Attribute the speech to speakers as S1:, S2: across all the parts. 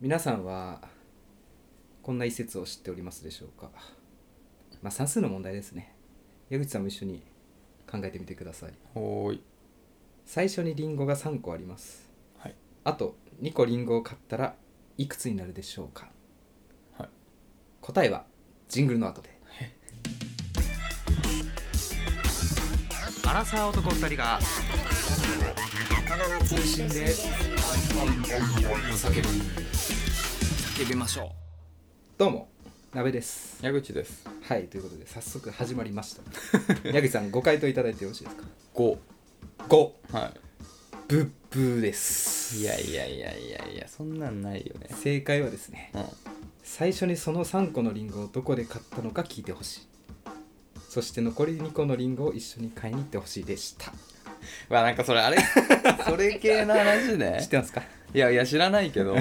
S1: 皆さんはこんな一節を知っておりますでしょうかまあ算数の問題ですね矢口さんも一緒に考えてみてください
S2: おーい
S1: 最初にリンゴが3個あります、
S2: はい、
S1: あと2個リンゴを買ったらいくつになるでしょうか、
S2: はい、
S1: 答えはジングルの後でアラサー男2人が通信で叫ぶ叫びましょうどうも鍋です
S2: 矢口です
S1: はいということで早速始まりました 矢口さんご回答いただいてよろしいですか
S2: 5
S1: 5
S2: は
S1: ブッブーです
S2: いいやいやいやいやいやそんなんないよね
S1: 正解はですね
S2: うん
S1: 最初にその3個のリンゴをどこで買ったのか聞いてほしいそして残り2個のリンゴを一緒に買いに行ってほしいでした
S2: わなんかそれ あれそれ系の話ね
S1: 知ってますか
S2: いやいや知らないけ ど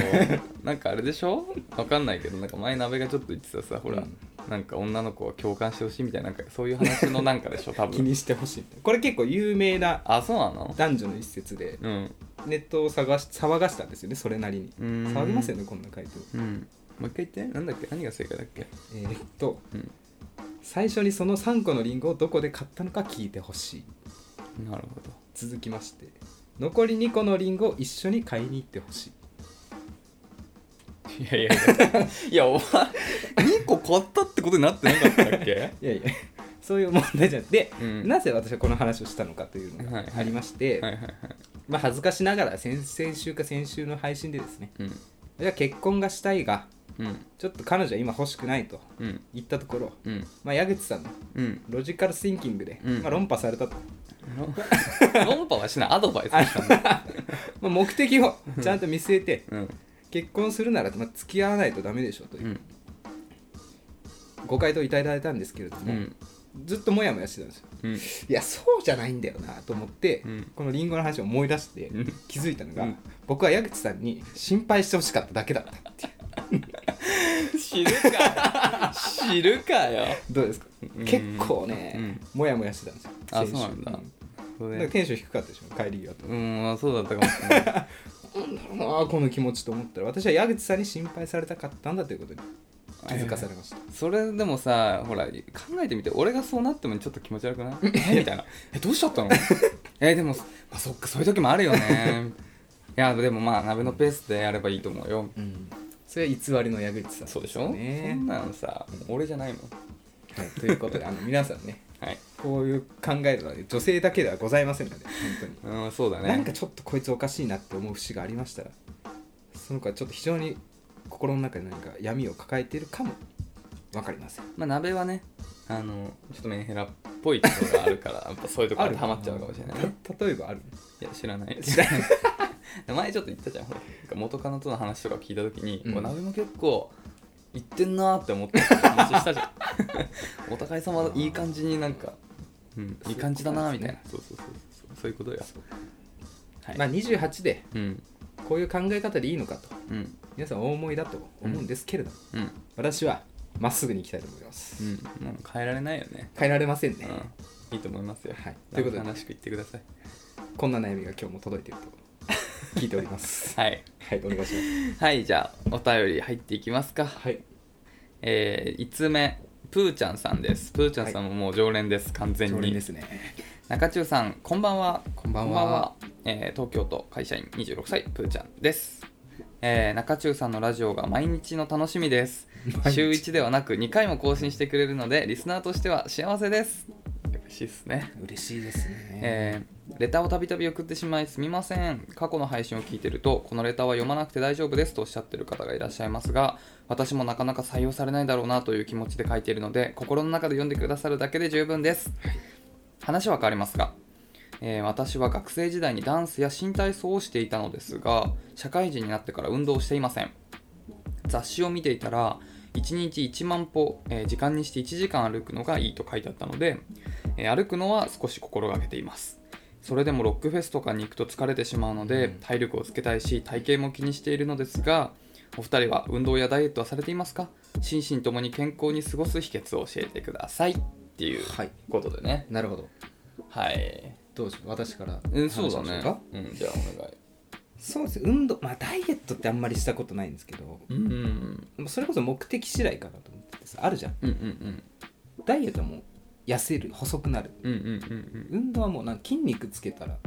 S2: なんかあれでしょわかんないけどなんか前鍋がちょっと言ってたさほら、
S1: うん
S2: なんか女の子を共感してほしいみたいななんかそういう話のなんかでしょ多
S1: 気
S2: 分
S1: にしてほしいみたいなこれ結構有名な
S2: あそうなの
S1: 男女の一節で
S2: うん
S1: ネットを探し騒がしたんですよねそれなりに
S2: うーん
S1: 騒ぎますよねこんな回答
S2: うんもう一回言ってなんだっけ何が正解だっけ
S1: えーっと、
S2: うん
S1: 最初にその3個のリンゴをどこで買ったのか聞いてほしい
S2: なるほど
S1: 続きまして残り2個のリンゴを一緒に買いに行ってほしい
S2: いやいやいや いやお前2個買ったってことになってなかったっけ
S1: いやいやそういう問題じゃなくて、
S2: うん
S1: なぜ私はこの話をしたのかというのが
S2: はいはい
S1: ありまして、
S2: はいはいはい
S1: まあ、恥ずかしながら先先週か先週の配信でですね
S2: うん
S1: じゃあ結婚がしたいが
S2: うん
S1: ちょっと彼女は今欲しくないと
S2: うん
S1: 言ったところ、
S2: うん
S1: まあ、矢口さんの
S2: うん
S1: ロジカルシンキングで、
S2: うん
S1: まあ、論破されたと、
S2: 論破はしないアドバイスでしたね
S1: まあ、目的をちゃんと見据えて
S2: うん
S1: 結婚するなら、まあ、付き合わないとダメでしょといううんご回答いただいたんですけれど
S2: う
S1: も、
S2: ん
S1: ずっとモヤモヤしてたんですよ
S2: うん
S1: いやそうじゃないんだよなと思って、
S2: うん
S1: このリンゴの話を思い出して
S2: うん
S1: 気づいたのが、
S2: うん
S1: 僕は矢口さんに心配してほしかっただけだったっていう
S2: 知るか知るかよ
S1: どうですか、
S2: ん
S1: 結構ね、モヤモヤしてたんですよ
S2: あ
S1: 先週
S2: そうなんだそ
S1: うんだから
S2: れ
S1: テンション低かったでしょ帰り際と
S2: うんそうだったかもしれない
S1: ああこの気持ちと思ったら私は矢口さんに心配されたかったんだということに気づかされました、
S2: それでもさほら考えてみて俺がそうなってもちょっと気持ち悪くないえみたいなえどうしちゃ ったのえでも、まあ、そっかそういう時もあるよねいやでもまあ鍋のペースでやればいいと思うよ
S1: うんそれは偽りの矢口さん
S2: そうでしょ、
S1: ね
S2: そんなのさ俺じゃないもん
S1: はい、ということであの皆さんね
S2: はい
S1: こういう考えのはね女性だけではございませんので本当に
S2: うんそうだね
S1: なんかちょっとこいつおかしいなって思う節がありましたらその子はちょっと非常に心の中に何か闇を抱えているかもわかりません
S2: まあ、鍋はねあのちょっとメンヘラっぽいところがある からやっぱそういうところにハマっちゃうかもしれないね
S1: た例えばある
S2: いや 知らない
S1: 知ら
S2: 前ちょっと言ったじゃんほらなんか元カノとの話とか聞いた時に、
S1: うん
S2: お鍋も結構言ってんなーって思ってた話したじゃん お互い様いい感じになんか、うん、いい感じだなーみたいなそうそうそうそうそういうことよはい、
S1: まあ28で
S2: うん
S1: こういう考え方でいいのかと
S2: うん
S1: 皆さんお思いだと思うんですけれども、
S2: うんうん
S1: 私はまっすぐに行きたいと思います、
S2: もう変えられないよね
S1: 変えられませんね、
S2: うんいいと思いますよ
S1: はい
S2: というこ
S1: ということ
S2: と
S1: で
S2: で楽しく言ってください
S1: こんな悩みが今日も届いている と聞いております
S2: はい
S1: はいお願いしま
S2: はいじゃあお便り入っていきますか
S1: すはい
S2: えー、5つ目プーちゃんさんですプーちゃんさんももう常連です、完全
S1: 常連
S2: に
S1: ですね
S2: 中中さんこんばんは
S1: こんばんは
S2: えー東京都会社員26歳プーちゃんです、えー中中さんのラジオが毎日の楽しみです
S1: 毎日
S2: 週1ではなく2回も更新してくれるのでリスナーとしては幸せです嬉しいですね
S1: 嬉しいですね、
S2: えーレターをたびたび送ってしまいすみません過去の配信を聞いてるとこのレターは読まなくて大丈夫ですとおっしゃってる方がいらっしゃいますが私もなかなか採用されないだろうなという気持ちで書いているので心の中で読んでくださるだけで十分です、話は変わりますが、えー私は学生時代にダンスや新体操をしていたのですが社会人になってから運動をしていません雑誌を見ていたら1日1万歩、えー時間にして1時間歩くのがいいと書いてあったので、えー歩くのは少し心がけていますそれでもロックフェスとかに行くと疲れてしまうので体力をつけたいし体型も気にしているのですがお二人は運動やダイエットはされていますか心身ともに健康に過ごす秘訣を教えてくださいっていう
S1: はい
S2: ことでね
S1: なるほど
S2: はい
S1: どうしよう私から
S2: うんそうだ
S1: 話しましょ
S2: ね
S1: うか
S2: うんじゃあお願い
S1: そうです運動まあダイエットってあんまりしたことないんですけど
S2: うんうん
S1: もうそれこそ目的次第かなと思っててさあるじゃん
S2: うんうん
S1: ダイエットはもう痩せる細くなる
S2: うんうんうんうん
S1: 運動はもうなんか筋肉つけたら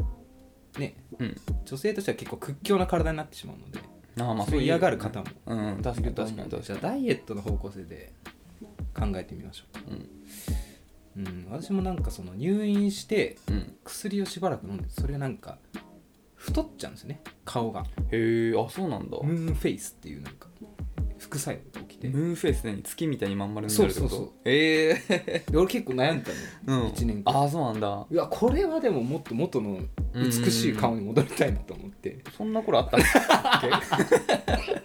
S1: ね
S2: うん
S1: 女性としては結構屈強な体になってしまうので
S2: ああまあ
S1: そう嫌がる方も
S2: うんうん確かに確かに確
S1: じ
S2: か
S1: ゃあ
S2: に
S1: ダイエットの方向性で考えてみましょうか
S2: うん
S1: うん私もなんかその入院して
S2: うん
S1: 薬をしばらく飲んでそれがなんか太っちゃうんですよね顔が
S2: へえあそうなんだ
S1: ムー
S2: ム
S1: ンフェイスっていうなんか副作用が起きてで
S2: ーンフェイス何月みたいにまん丸になるってこと
S1: そうそうそう
S2: ええ
S1: 俺結構悩んだの
S2: うん
S1: 一年間
S2: ああそうなんだ
S1: うわこれはでももっと元の美しい顔に戻りたいなと思 って
S2: そんな頃あった んだっけ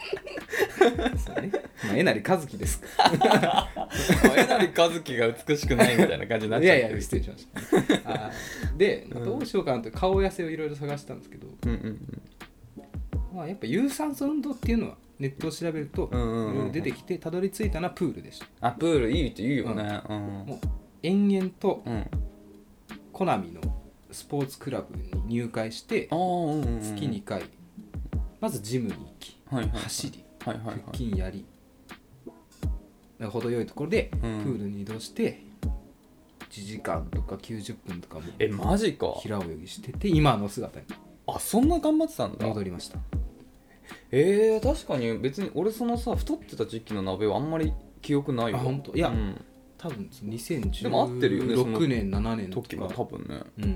S1: そうねまあえなりかずきですか
S2: えなりかずきが美しくないみたいな感 じになっ
S1: い
S2: ちゃ
S1: や
S2: って
S1: いや失礼しましたあー で
S2: うん
S1: どうしようかなって顔痩せをいろいろ探したんですけど、
S2: うんうん
S1: まあ、やっぱ有酸素運動っていうのはネットを調べるとい
S2: うんうんうん
S1: ろいろ出てきてたどり着いたのはプールでした
S2: あプールいいって言うよねう
S1: も
S2: ん
S1: う延々と
S2: うん
S1: コナミのスポーツクラブに入会して
S2: ああうんうんうん
S1: 月2回まずジムに行き
S2: はいはいはい
S1: 走り
S2: はいはいは
S1: 腹
S2: い
S1: 筋やりだから程よいところで
S2: う
S1: プ
S2: ん
S1: ールに移動して1時間とか90分とかも
S2: えマジか
S1: 平泳ぎしてて今の姿に
S2: あそんな頑張ってたんだ
S1: 戻りました
S2: えー、確かに別に俺そのさ太ってた時期の鍋はあんまり記憶ないよ
S1: あ本当いや
S2: うん、
S1: 多分
S2: でも合ってるよねその
S1: 2016年7年と
S2: 時は
S1: か
S2: 多分ね
S1: うん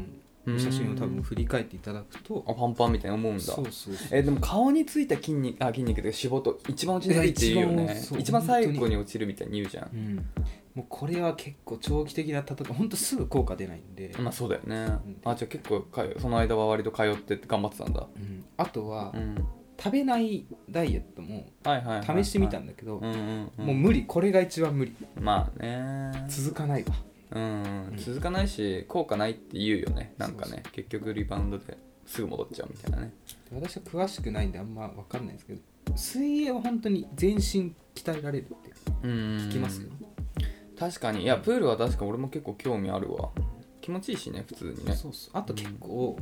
S2: うん
S1: 写真を多分振り返っていただくと
S2: あパンパンみたいに思うんだ
S1: そうそうそう
S2: えーでも顔についた筋肉あ筋肉で脂肪と一番落ちないっていうよ
S1: いや一
S2: ね
S1: 番
S2: 一
S1: そう
S2: 番最
S1: 本
S2: 後
S1: 当
S2: に落ちるみたいに言うじゃん
S1: うんもうこれは結構長期的な戦いほんとすぐ効果出ないんで
S2: まあそうだよね、
S1: ん
S2: あじゃあ結構かよその間は割と通って頑張ってたんだ
S1: うんあとは
S2: うん
S1: 食べないダイエットも
S2: はいはいはいはい
S1: 試してみたんだけど
S2: うんうん、うん、
S1: もう無理これが一番無理
S2: まあね
S1: 続かないわ
S2: うん、
S1: うん
S2: 続かないし効果ないって言うよねなんかね
S1: そう
S2: 結局リバウンドですぐ戻っちゃうみたいなね
S1: 私は詳しくないんであんま分かんないですけど水泳は本当に全身鍛えられるって
S2: 聞
S1: 聞きますよ
S2: 確かにいやプールは確か俺も結構興味あるわ気持ちいいしね普通にね
S1: そうそうあと結構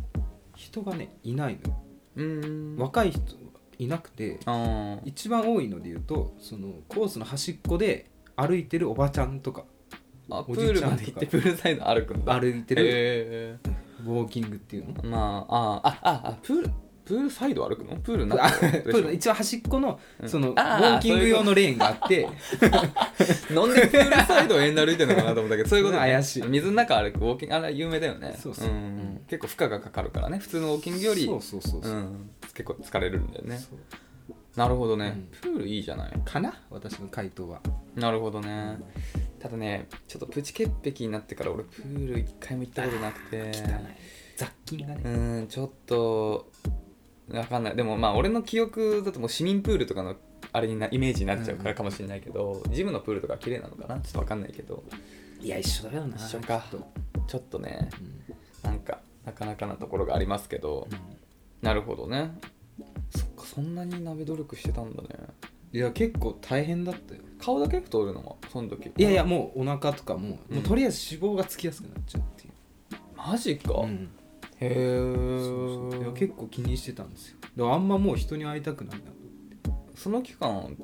S1: 人がねいないのよ
S2: うーん
S1: 若い人いなくて
S2: あー
S1: 一番多いので言うとそのコースの端っこで歩いてるおばちゃんとか
S2: あプ
S1: おじ
S2: ール
S1: ちゃんとか
S2: まで行ってプールサイド歩くんだ
S1: 歩いてる
S2: え
S1: ウォーキングっていうの
S2: ー、まああーあああプールプールサイド歩くのプール
S1: プ
S2: な
S1: ールの一番端っこの
S2: うん
S1: そのウォ
S2: あー
S1: ーキング用のレーンがあって
S2: 飲んでプールサイドを縁で歩いてるのかなと思ったけど そういうことね、
S1: 怪しい
S2: 水の中歩くウォーキングあれ有名だよね
S1: そうそうん
S2: ん結構負荷がかかるからね普通のウォーキングより、
S1: そうそうそうそううん
S2: 結構疲れるんだよね
S1: そう
S2: なるほどね、
S1: うん
S2: プールいいじゃない
S1: かな私の回答は
S2: なるほどねただねちょっとプチ潔癖になってから俺プール一回も行ったことなくて
S1: 雑菌がね
S2: うーんちょっとわかんないでもまあ俺の記憶だともう市民プールとかのあれになイメージになっちゃうからかもしれないけど、ジムのプールとか綺麗なのかなちょっとわかんないけど
S1: いや一緒だよな
S2: 一緒か
S1: ちょっと
S2: ちょっとね
S1: うん
S2: なんかなかなかなところがありますけど、なるほどねそっかそんなに鍋努力してたんだね
S1: いや結構大変だったよ
S2: 顔だけ太るのはその時
S1: いやいやもうお腹とかも,、
S2: うん
S1: もうとりあえず脂肪がつきやすくなっちゃうっていう、
S2: マジか、
S1: う
S2: へ
S1: ん
S2: え
S1: そうそういや結構気にしてたんですよだからあんまもう人に会いたくないな
S2: その期間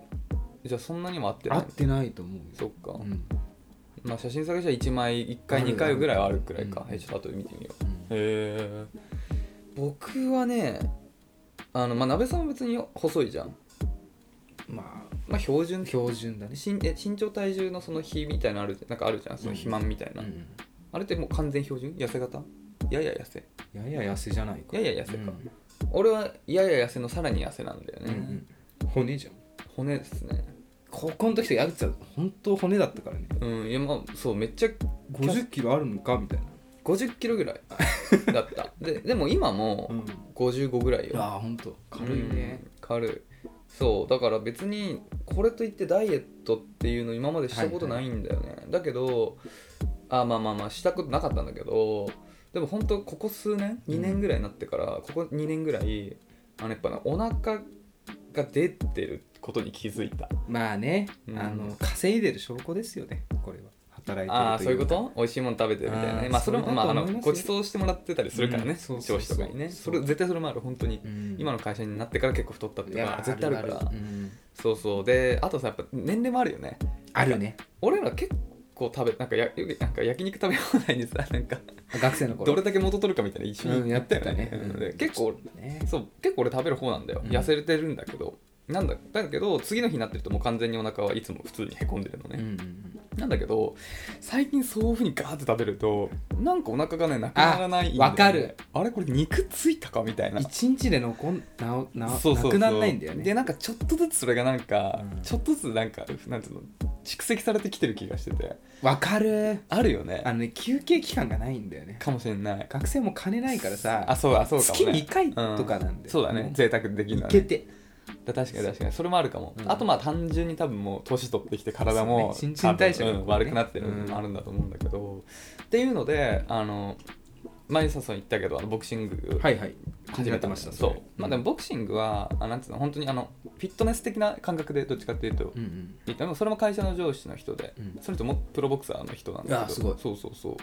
S2: じゃあそんなにも合ってない
S1: 会ってないと思うよ
S2: そっか、
S1: うんうん
S2: まあ写真探しは1枚1回
S1: ある
S2: 2回ぐらいはあるくらいか、
S1: うん
S2: えちょっと後で見てみようへえ僕はねあのまあ鍋さんは別に細いじゃん
S1: ま
S2: まあ標準
S1: あ標準だね、
S2: 身え身長体重のその比みたいなのあるなんかあるじゃんその肥満みたいな、
S1: うん
S2: あれってもう完全標準痩せ型やや痩せ
S1: やや痩せじゃないか
S2: やや痩せか俺はやや痩せのさらに痩せなんだよ
S1: うんう
S2: ね、
S1: んうん骨じゃん
S2: 骨ですね
S1: 高校の時とかやるってた本当骨だったからね
S2: うんいやまあそうめっちゃ
S1: 5 0キロあるのかみたいな、
S2: 50キロぐらい だったででも今も
S1: ん、
S2: 55ぐらいよ
S1: ああ本当軽いね
S2: うん軽いそうだから別にこれといってダイエットっていうの今までしたことないんだよね、だけどあまあまあまあしたことなかったんだけどでも本当ここ数年
S1: うん
S2: 2年ぐらいになってから、ここ2年ぐらいあのやっぱねお腹が出てることに気づいた
S1: まあね、
S2: うん
S1: あの稼いでる証拠ですよねこれは働いてる
S2: ああそういうこ
S1: か
S2: と美味しいもの食べてるみたいな
S1: あ
S2: ね
S1: ー
S2: まあそれも
S1: それ
S2: ま
S1: だ
S2: あ
S1: と
S2: あ
S1: 思い
S2: の
S1: ますよ
S2: ご馳走してもらってたりするから
S1: う
S2: ね
S1: んそうそう
S2: 上
S1: そう
S2: 司とかにねそれ絶対それもある本当に
S1: うん
S2: 今の会社になってから結構太ったっていうのは絶対あるから
S1: あうん
S2: そうそうであとさやっぱ年齢もあるよね
S1: あるね
S2: 俺ら結構食べなんかやなんか焼肉食べ放題にさ なんか
S1: 学生の頃
S2: どれだけ元取るかみたいな一緒
S1: うん
S2: にやったよ
S1: やっ
S2: ね
S1: たね
S2: うん
S1: うん
S2: で結構
S1: ね
S2: そう結構俺食べる方なんだよ
S1: うん
S2: 痩せてるんだけど、なんだだけど次の日になってるともう完全にお腹はいつも普通にへこんでるの
S1: うんう
S2: ね、
S1: んうん
S2: なんだけど最近そういうふうにガーって食べるとなんかお腹がねなくならないんだよね
S1: あわかる
S2: あれこれ肉ついたかみたいな
S1: 一日で残んなおな
S2: そうそうそう
S1: なくならないんだよね
S2: でなんかちょっとずつそれがなんか、
S1: うん
S2: ちょっとずつなんかなんつうの蓄積されてきてる気がしてて
S1: わかる
S2: あるよね
S1: あのね休憩期間がないんだよね
S2: かもしれない
S1: 学生も金ないからさ
S2: あそうだそうかも、ね、
S1: 月2回とかなんで、
S2: そうだね
S1: もう
S2: 贅沢できるの
S1: い
S2: は
S1: け
S2: ね
S1: て
S2: だ確かに確かにそれもあるかも、
S1: うん
S2: あとまあ単純に多分もう年取ってきて体も
S1: そうね新陳代謝が
S2: 多分うん悪くなってるの
S1: うん
S2: もあるんだと思うんだけど、っていうのであの前にさそう言ったけどあのボクシング
S1: はいはい
S2: 始
S1: 始
S2: め
S1: め
S2: て
S1: て
S2: ま
S1: ま
S2: し
S1: したた
S2: そう、
S1: それ
S2: まあでもボクシングはあなんつうの本当にあのフィットネス的な感覚でどっちかっていうと、
S1: うんうん
S2: でもそれも会社の上司の人で、
S1: うん
S2: その人もプロボクサーの人なんだけど
S1: あすごい
S2: そうそうそう、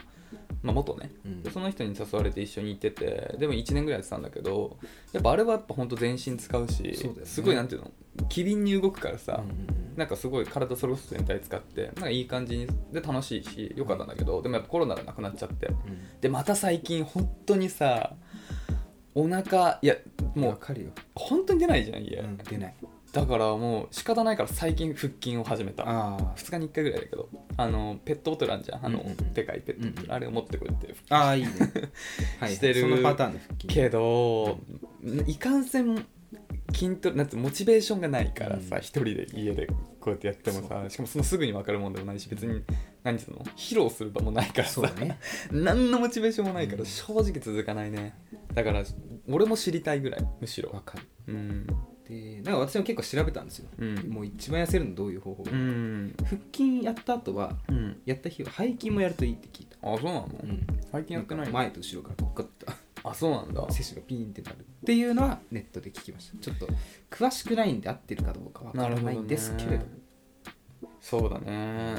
S2: まあ、元ね
S1: うん
S2: でその人に誘われて一緒に行っててでも1年ぐらいやってたんだけどやっぱあれはやっぱ本当全身使うし
S1: そうだよね
S2: すごいなんていうの機敏に動くからさ、
S1: うんうん
S2: なんかすごい体それこそ全体使ってなんかいい感じにで楽しいしよかったんだけどでもやっぱコロナがなくなっちゃって
S1: うん
S2: でまた最近本当にさお腹いやも
S1: わ
S2: う
S1: かるよ、
S2: 本当に出ないじゃん家、
S1: うん、出ない
S2: だからもう仕方ないから最近腹筋を始めた
S1: ああ
S2: 2日に1回ぐらいだけどあのペットボトルあんじゃんあの、
S1: うんうんうん
S2: でかいペットボトル、
S1: うんうん
S2: あれを持ってこうやって
S1: ああ いいね、はい、
S2: してる
S1: そのパターンの腹筋
S2: けどいかんせん筋トレなんてモチベーションがないからさ
S1: うん
S2: 一、人で家でこうやってやってもさしかもそのすぐに分かるもんでもないし別に何その披露する場もないからさ
S1: そうだね
S2: 何のモチベーションもないから
S1: うん
S2: 正直続かないねだから俺も知りたいぐらいむしろ
S1: わかる
S2: うん
S1: でだから私も結構調べたんですよ、
S2: うん
S1: もう一番痩せるのどういう方法、
S2: うん
S1: 腹筋やった後は
S2: うん
S1: やった日は背筋もやるといいって聞いた、
S2: あそうなの、
S1: うん、
S2: 最近やってない
S1: んか
S2: の
S1: 前と後ろからこうグッと
S2: あそうなんだ
S1: 背筋がピーンってなるっていうのはネットで聞きましたちょっと詳しくないんで合ってるかどうかわからないんですけれど
S2: なるほどねそうだね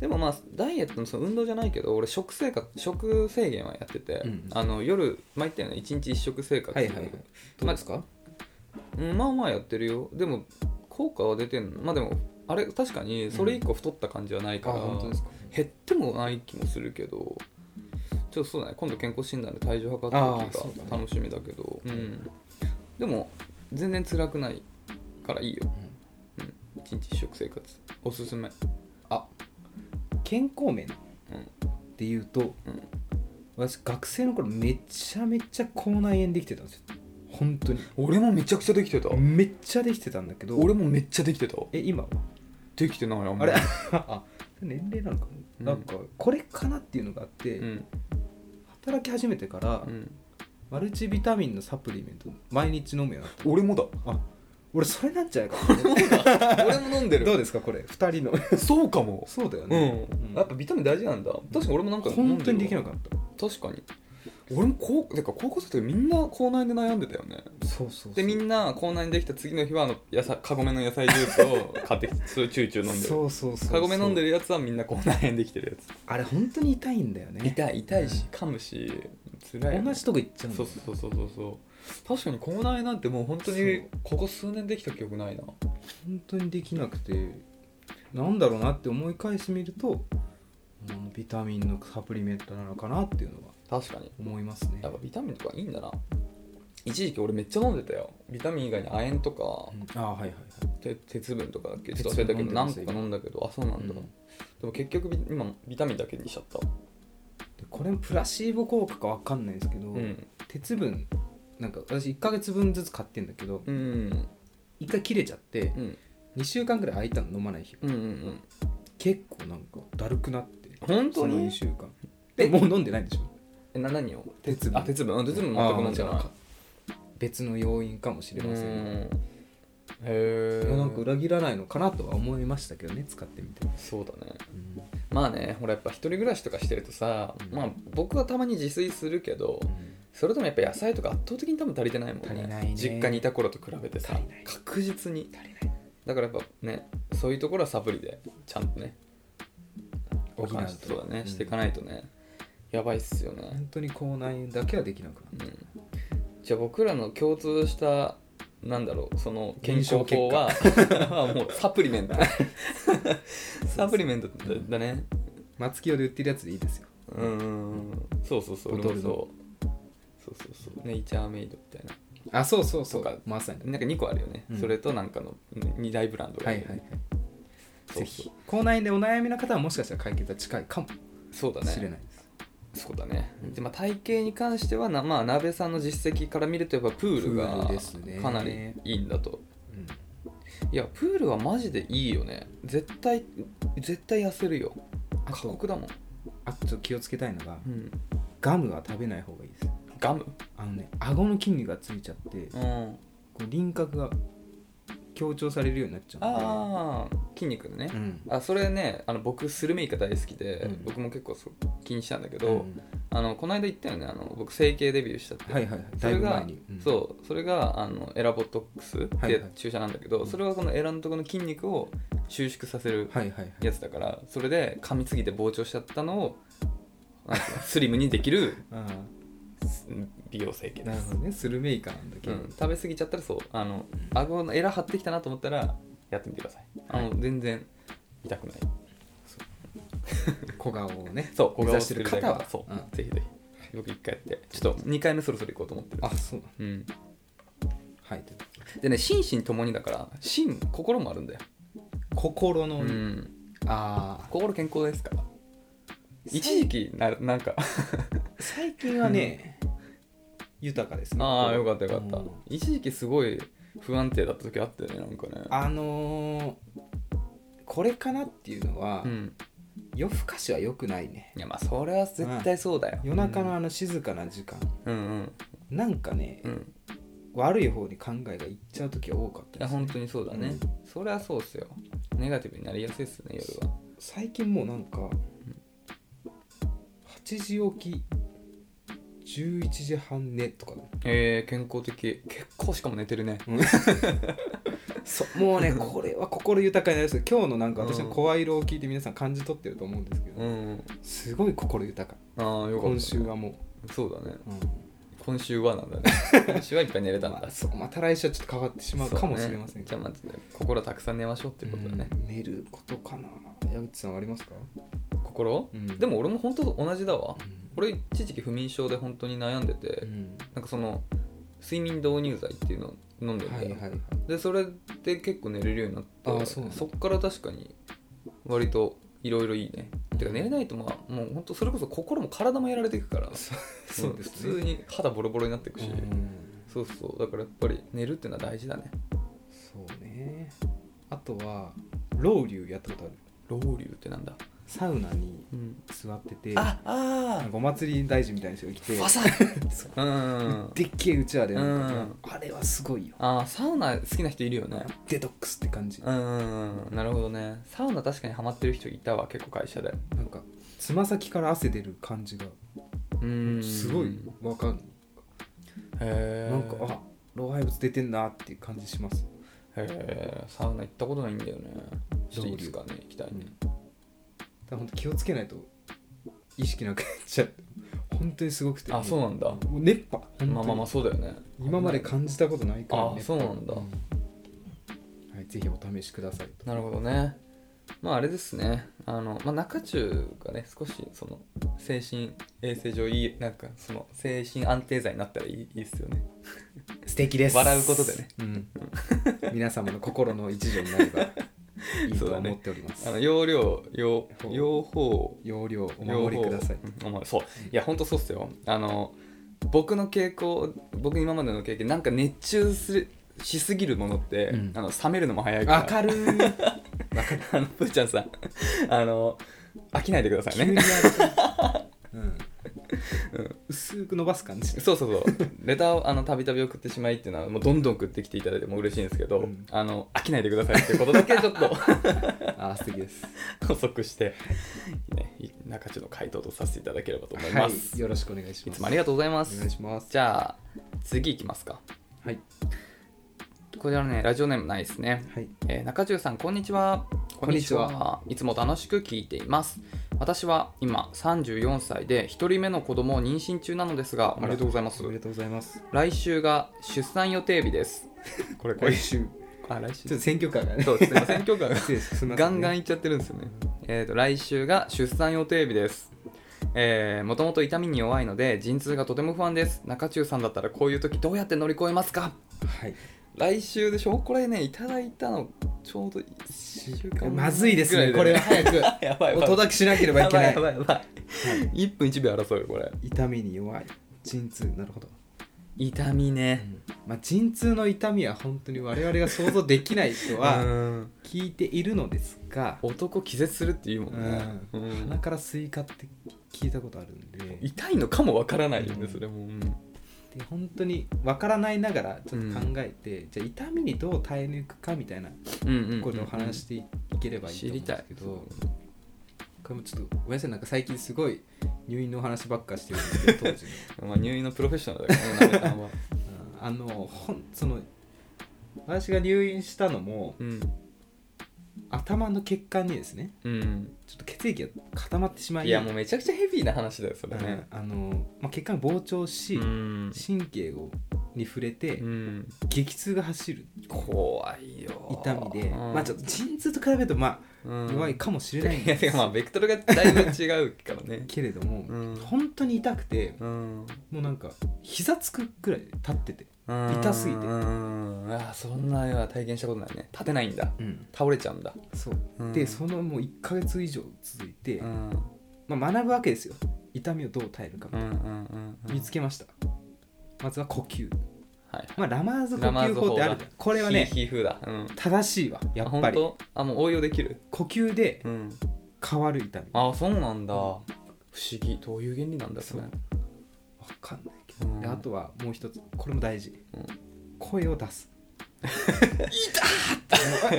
S2: でもまあダイエットのその運動じゃないけど俺食生活食制限はやってて、
S1: うん
S2: あの夜前言ったよね一日一食生活
S1: はいはいはいどうですか、
S2: うんまあまあやってるよでも効果は出てんのまあでもあれ確かにそれ以降太った感じはないから、
S1: か
S2: 減ってもない気もするけどちょっとそうだね今度健康診断で体重測った
S1: あーそう
S2: 時
S1: だ
S2: が
S1: ね
S2: 楽しみだけどうんでも全然辛くないからいいようん、一日一食生活おすすめ
S1: あ健康面
S2: うん
S1: で言うと、
S2: うん
S1: 私学生の頃めちゃめちゃ口内炎できてたんですよ本当に
S2: 俺もめちゃくちゃできてた
S1: めっちゃできてたんだけど
S2: 俺もめっちゃできてた
S1: え今は
S2: できてないあん
S1: あ
S2: まり
S1: れ あ年齢なのかな,、
S2: うん
S1: なんかこれかなっていうのがあって、
S2: うん
S1: 働き始めてから、
S2: うん
S1: マルチビタミンのサプリメント毎日飲むようになった
S2: 俺もだ
S1: 俺それなんじゃないかな
S2: 俺も飲んで
S1: どうですかこれ2人の
S2: そうかも
S1: そうだよ
S2: うん
S1: ね、うん
S2: やっぱビタミン大事なんだ確かに俺もなんか飲ん
S1: 本当にでき
S2: る
S1: な
S2: わ
S1: かった
S2: 確かに俺も高てか高校生の時みんな口内で悩んでたよね
S1: そうそうそう
S2: でみんな口内にできた次の日はあの野菜カゴメの野菜ジュースを買ってきてそれチューチュー飲んでる
S1: そうそうそうそう
S2: カゴメ飲んでるやつはみんな口内炎できてるや
S1: あれ本当に痛いんだよ
S2: つ
S1: ね
S2: 痛い痛いし噛むし辛いよね
S1: 同じとこ行っちゃうんだ
S2: そう
S1: よね
S2: そうそうそうそう確かに口内なんてもう本当にここ数年できた記憶ないな
S1: 本当にできなくてなんだろうなって思い返してみるとうんビタミンのサプリメントなのかなっていうのは
S2: 確かに
S1: 思いますね
S2: やっぱビタミンとかいいんだな一時期俺めっちゃ飲んでたよビタミン以外に亜鉛とか、
S1: うんああはいはいはい
S2: て鉄分とかだっけち
S1: 鉄
S2: ょ
S1: 分
S2: っと忘れたけど
S1: 飲ん
S2: 何
S1: でます
S2: 個か飲んだけどあそうなんだ、
S1: うん
S2: でも結局ビ今ビタミンだけにしちゃった
S1: でこれもプラシーボ効果かわかんないですけど、
S2: うん
S1: 鉄分なんか私1ヶ月分ずつ買ってんだけど
S2: うんうん
S1: 1回切れちゃって
S2: うん
S1: 2週間ぐらい空いたの飲まない日
S2: うんうん
S1: 結構なんかだるくなって
S2: 本当
S1: その
S2: に
S1: 2週間でもう飲んでないんでしょ
S2: えな何を
S1: 鉄分
S2: あ鉄分うん鉄分全く飲んで
S1: あ
S2: な
S1: ー
S2: い
S1: じゃあ別の要因かもしれませんが
S2: うんへ
S1: い
S2: え
S1: やなんか裏切らないのかなとは思いましたけどね使ってみて、
S2: そうだねまあねほらやっぱ一人暮らしとかしてるとさ、
S1: うん
S2: まあ僕はたまに自炊するけどそれともやっぱ野菜とか圧倒的に多分足りてないもんね
S1: 足りないね
S2: 実家にいた頃と比べてさ
S1: 足りない
S2: 確実に
S1: 足りない
S2: だからやっぱねそういうところはサプリでちゃんとね
S1: 補うと
S2: そうだね
S1: ん
S2: していかないとね、やばいっすよね
S1: 本当に口内炎だけはできなくなる
S2: じゃあ僕らの共通したなんだろうその健
S1: 検
S2: 康
S1: 証結
S2: 法
S1: 果
S2: はは もうサプ リメントサプリメントだだね
S1: 松清で売ってるやつでいいですよ
S2: うんうんうんそうそうそう
S1: ボトルの
S2: 俺もそうそうそうそうネイチャーメイドみたいな
S1: あそうそうそう
S2: とか
S1: まさに
S2: なんか2個あるよね、
S1: うん
S2: それとなんかの2大ブランドが
S1: は
S2: あ
S1: い
S2: る
S1: は
S2: よ
S1: い
S2: ね、
S1: はい
S2: そう
S1: ぜ
S2: そう
S1: ひ口内炎でお悩みの方はもしかしたら解決は近いかも
S2: そうだね
S1: しれないです
S2: そうだねで、まあ、体型に関してはな、まあ、鍋さんの実績から見るとやっぱプール
S1: プールですね
S2: がかなりいいんだと、
S1: うん
S2: いやプールはマジでいいよね絶対絶対痩せるよ
S1: あ
S2: 過
S1: と
S2: 酷だもん、
S1: あとちょっと気をつけたいのが
S2: うん、
S1: ガムは食べない方がいいです
S2: ガム
S1: あのね顎の筋肉がついちゃって
S2: うん
S1: こう輪郭が強調されるようになっちゃ
S2: ああ筋肉のね
S1: うんで、うん
S2: あそれねあの僕スルメイカ大好きで、
S1: うん
S2: 僕も結構そう気にしたんだけ
S1: う
S2: ど、
S1: ん
S2: あのこの間言ったよねあの僕整形デビューしたって、
S1: はいはいはい
S2: そ
S1: だい
S2: れ
S1: ぶ
S2: が
S1: 前に、うん
S2: そうそれがあのエラボトックスっ
S1: はい
S2: て
S1: はい
S2: 注射なんだけど、
S1: ん
S2: それはこのエラのところの筋肉を収縮させる
S1: はいはいはい
S2: やつだからそれで噛みすぎて膨張しちゃったのをなんていうのスリムにできる
S1: あ
S2: 美容整形
S1: あ
S2: で
S1: なる
S2: す
S1: ほどねスルメイカなんだけ
S2: う
S1: ど、
S2: ん、食べ過ぎちゃったらそうあの顎のエラ張ってきたなと思ったらやってみてくださいあの全然痛くない
S1: 小顔をね
S2: そう
S1: 目指してる
S2: だけ
S1: 方は
S2: そう、
S1: うん
S2: ぜひぜひ僕一回やってちょっと2回目そろそろ行こうと思ってる
S1: あそうなの
S2: うん、
S1: はいということで
S2: でね心身ともにだから心心もあるんだよ、
S1: 心の、
S2: うん、
S1: ああ
S2: 心健康ですから一時期ななんか
S1: 最近はね、豊かですね
S2: ああよかったよかった、
S1: うん
S2: 一時期すごい不安定だった時あったよねなんかね
S1: あのーこれかなっていうのは、
S2: うん
S1: 夜更かしは良くないね
S2: いやまあそれは絶対そうだよ、
S1: 夜中のあの静かな時間、
S2: うんうん
S1: なんかね、
S2: うんうん
S1: 悪い方に考えがいっちゃう時は多かった
S2: いや
S1: ですね
S2: 本当にそうだね、それはそうっすよネガティブになりやすいっすね夜は
S1: 最近もうなんか8時起き11時半寝とか だ
S2: えー、健康的結構しかも寝てるね
S1: そうもうねこれは心豊かになりそう今日のなんか私の声色を聞いて皆さん感じ取ってると思うんですけど、
S2: うん
S1: すごい心豊か
S2: ああよかった、
S1: 今週はも
S2: そうだね
S1: う、うん
S2: 今週はなんだ ね今週はいっぱい寝れたん
S1: ま
S2: だ
S1: あ、そうまた来週はちょっと変わってしまうかもしれません
S2: そ
S1: け
S2: う
S1: ど、
S2: だねじゃあまず心たくさん寝ましょうっていうことだね、
S1: うん寝ることかな矢口さんはありますか、
S2: 心、
S1: うん
S2: でも俺も本当同じだわ
S1: う
S2: 俺一時期不眠症で本当に悩んでて、
S1: ん
S2: なんかその睡眠導入剤っていうのを飲んでんだ
S1: は
S2: よ、
S1: いはいはい
S2: でそれで結構寝れるようになって
S1: あーそうなんだ
S2: っから確かに割といろいろいいねてか寝れないとまあもう本当それこそ心も体もやられていくから
S1: そうです
S2: 普通
S1: ね
S2: に肌ボロボロになっていくし、
S1: うん
S2: そうそうだからやっぱり寝るっていうのは大事だね
S1: そうねあとはロウリュやったことある
S2: ロウリュってなんだ、
S1: サウナに
S2: うん、
S1: 座ってて
S2: あ
S1: な
S2: あ
S1: んかお祭り大臣みたいな人が来て
S2: ファサうん
S1: でっけえうちわでなんかね、
S2: うん
S1: あれはすごいよ
S2: あーサウナ好きな人いるよね
S1: デトックスって感じ、
S2: うんなるほどねサウナ確かにハマってる人いたわ結構会社で
S1: なんかつま先から汗出る感じが
S2: うん
S1: すごいわかんない、
S2: へえ
S1: なんかあ老廃物出てんなっていう感じします、
S2: へえサウナ行ったことないんだよねちょっといつかね行きたいね
S1: だからほんと気をつけないと意識なくなっちゃう本当にすごくて
S2: あそうなんだ
S1: もう熱波本当に
S2: まあまあまあそうだよね
S1: 今まで感じたことないから、
S2: あそうなんだ
S1: うんはい、ぜひお試しくださいと
S2: なるほどねまああれですねあの、まあ、中中がね少しその精神衛生上いいなんかその精神安定剤になったらいいいいっすよね
S1: 素敵です
S2: 笑うことでね、
S1: うん、皆様の心の一助になれ ばいい
S2: そ
S1: と
S2: うだね
S1: 思っております、
S2: あの容量用
S1: ほう
S2: 用法
S1: 要領お
S2: 両方
S1: 守りください
S2: うんお守りそういや本当そうっすよあの僕の傾向僕今までの経験なんか熱中するしすぎるものって、
S1: うん
S2: あの冷めるのも早いから
S1: わかるー
S2: あのプーちゃんさんあの飽きないでください
S1: 急に
S2: ね
S1: やる、うん、薄く伸ばす感じ
S2: そうそうそうレターをあのたびたび送ってしまいっていうのはもうどんどん送ってきていただいても嬉しいんですけど、
S1: うん
S2: あの飽きないでくださいってことだけちょっと
S1: あー素敵です
S2: 補足して、ね、い中地の回答とさせていただければと思いま
S1: は
S2: す、
S1: いよろしくお願いし
S2: い、
S1: ます
S2: つもありがとうございま
S1: お
S2: す
S1: 願いします
S2: じゃあ次いきますか
S1: はい
S2: これはねラジオネームないですね
S1: はい
S2: えー中中さんこんにちは
S1: こんにちは
S2: こんにちはいつも楽しく聞いています私は今34歳で1人目の子供を妊娠中なのですがおめでとうございます
S1: おめでとうございます
S2: 来週が出産予定日です これこれ
S1: 来週
S2: あ来週
S1: ちょっと選挙カーがね
S2: そうですね選挙カーが
S1: 失礼します
S2: ガンガン
S1: い
S2: いっちゃってるんですよね。えー、と来週が出産予定日です。えー、もともと痛みに弱いので陣痛がとても不安です中中さんだったらこういう時どうやって乗り越えますか
S1: はい
S2: 来週でしょこれねいただいたのちょうど1週間
S1: まずいですねこれは
S2: は
S1: 早く
S2: やばい
S1: お届けしなければいけない
S2: やばいやばいやばい1分1秒争うよこれ
S1: 痛みに弱い陣痛なるほど、
S2: 痛み
S1: う
S2: ね
S1: んまあ、陣痛の痛みは本当に我々が想像できない人
S2: う
S1: は
S2: ん
S1: 聞いているのですが、
S2: 男気絶するっていうもんね、
S1: う
S2: うん
S1: 鼻からスイカって聞いたことあるんで
S2: 痛いのかもわからないよねそれも、うん
S1: で本当に分からないながらちょっと考えて、じゃあ痛みにどう耐え抜くかみたいな
S2: うんうんうん、
S1: ことを話していければいいと思うんですけど、これもちょっとごめんなさいなんか最近すごい入院のお話ばっかしてるんですけど当時の。
S2: まあ、入院のプロフェッショナルだからね、鍋さんは。
S1: うんあのほんその私が入院したのも
S2: うん。
S1: 頭の血管にですね
S2: うん。
S1: ちょっと血液が固まってしまい
S2: いや、もうめちゃくちゃヘビーな話だよ、それ
S1: うん
S2: ね。
S1: あのまあ、血管が膨張し、
S2: うん。
S1: 神経をに触れて、
S2: うん。
S1: 激痛が走る
S2: 怖いよ。
S1: 痛みで、まあちょっと鎮痛と比べるとまあ
S2: と
S1: 弱いかもしれないん
S2: いや、
S1: です。
S2: てかまあ、ベクトルがだいぶ違うからね
S1: けれども、
S2: うん
S1: 本当に痛くて
S2: うん。
S1: もうなんか膝つくくらい立ってて、痛すぎて
S2: うん。ああ、そんなは体験したことないね。立てないんだ。倒れちゃうんだ。
S1: そう、
S2: うん
S1: でそのもう1ヶ月以上続いて、
S2: うん。
S1: まあ、学ぶわけですよ痛みをどう耐えるかみたいな
S2: うんうんうんうん。
S1: 見つけましたまずは呼吸
S2: はい。
S1: まあラマーズ呼吸法ってあるじゃんこれはね
S2: 皮膚だ。うん。
S1: 正しいわや
S2: あ
S1: っぱ
S2: 本
S1: り
S2: 当あ、もう応用できる。
S1: 呼吸で
S2: うん。
S1: 変わる痛みわ
S2: ああ、そうなんだ。不思議。どういう原理なんだ、それ
S1: そ。かんないけど、
S2: うん
S1: であとはもう一つこれも大事、
S2: うん
S1: 声を出 す痛っっ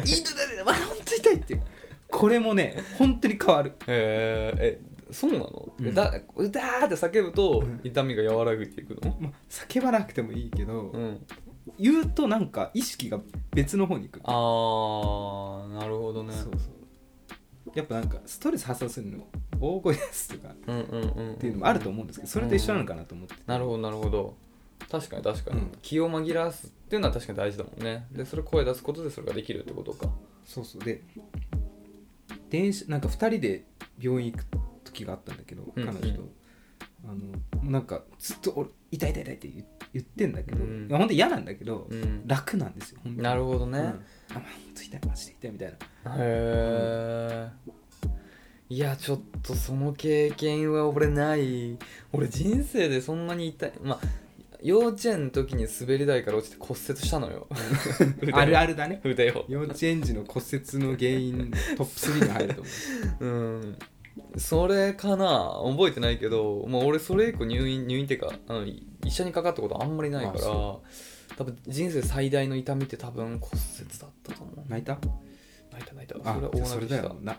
S1: て痛だ ねまあ本当痛いっていうこれもね本当に変わる
S2: えー、えそうなの、
S1: うん
S2: だうだーって叫ぶと
S1: うん
S2: 痛みが和らぐっていくの
S1: まあ叫ばなくてもいいけど、
S2: うん
S1: 言うとなんか意識が別の方に行く
S2: あーなるほどね
S1: そうそうやっぱなんかストレス発散するの大声ですとか
S2: うんうんうんん
S1: っていうのもあると思うんですけどそれと一緒なのかなと思ってて、
S2: なるほどなるほど確かに確かに、
S1: うん
S2: 気を紛らわすっていうのは確かに大事だもんねでそれ声出すことでそれができるってことか
S1: そうそうで電車なんか2人で病院行く時があったんだけど
S2: うん
S1: 彼女と、あのなんかずっと俺「痛い痛い痛い」って言言ってんだけど、
S2: うん
S1: まあ本当に嫌なんだけど、
S2: うん
S1: 楽なんですよ本当に
S2: なるほどね、
S1: うんあまあ本当痛いマジで痛いみた いな
S2: へえ、いやちょっとその経験は俺ない俺人生でそんなに痛いまあ幼稚園の時に滑り台から落ちて骨折したのよ 腕を
S1: あるあるだね
S2: 腕を
S1: 幼稚園児の骨折の原因トップ3に入ると思
S2: うんそれかな覚えてないけどもう俺それ以降入院入院っていうかあのい医者にかかったことあんまりないか
S1: あ
S2: ら多
S1: そ
S2: 分人生最大の痛みって多分骨折だったと思う
S1: う 泣いた
S2: 泣いた泣いた
S1: あ
S2: それは大
S1: じゃあそれだ
S2: 泣きした
S1: よな、
S2: う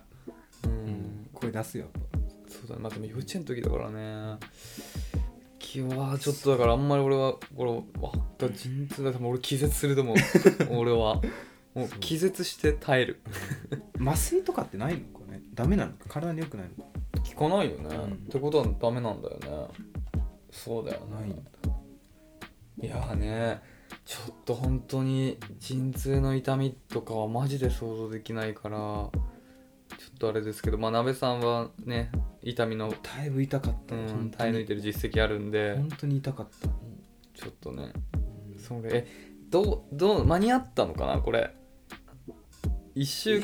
S1: うん声出すよやっぱ
S2: そうだね、まあ、でも幼稚園の時だからね気はちょっとだからあんまり俺はこれわだ陣痛だ多分俺気絶する と思う俺はもう
S1: そう
S2: 気絶して耐える
S1: 麻酔とかってないのかねダメなのか体に良くないのか
S2: 効かないよね、
S1: うん
S2: ってことはダメなんだよねそうだよ
S1: ないん
S2: ね
S1: だ
S2: いやーねちょっと本当に陣痛の痛みとかはマジで想像できないからちょっとあれですけどまあ鍋さんはね痛みの、
S1: だいぶ痛かった
S2: う
S1: よ、
S2: ん、
S1: 本当
S2: 耐え
S1: に
S2: 抜いてる実績あるんで
S1: 本当に痛かった、
S2: ちょっとねそれえどうどう間に合ったのかなこれ一週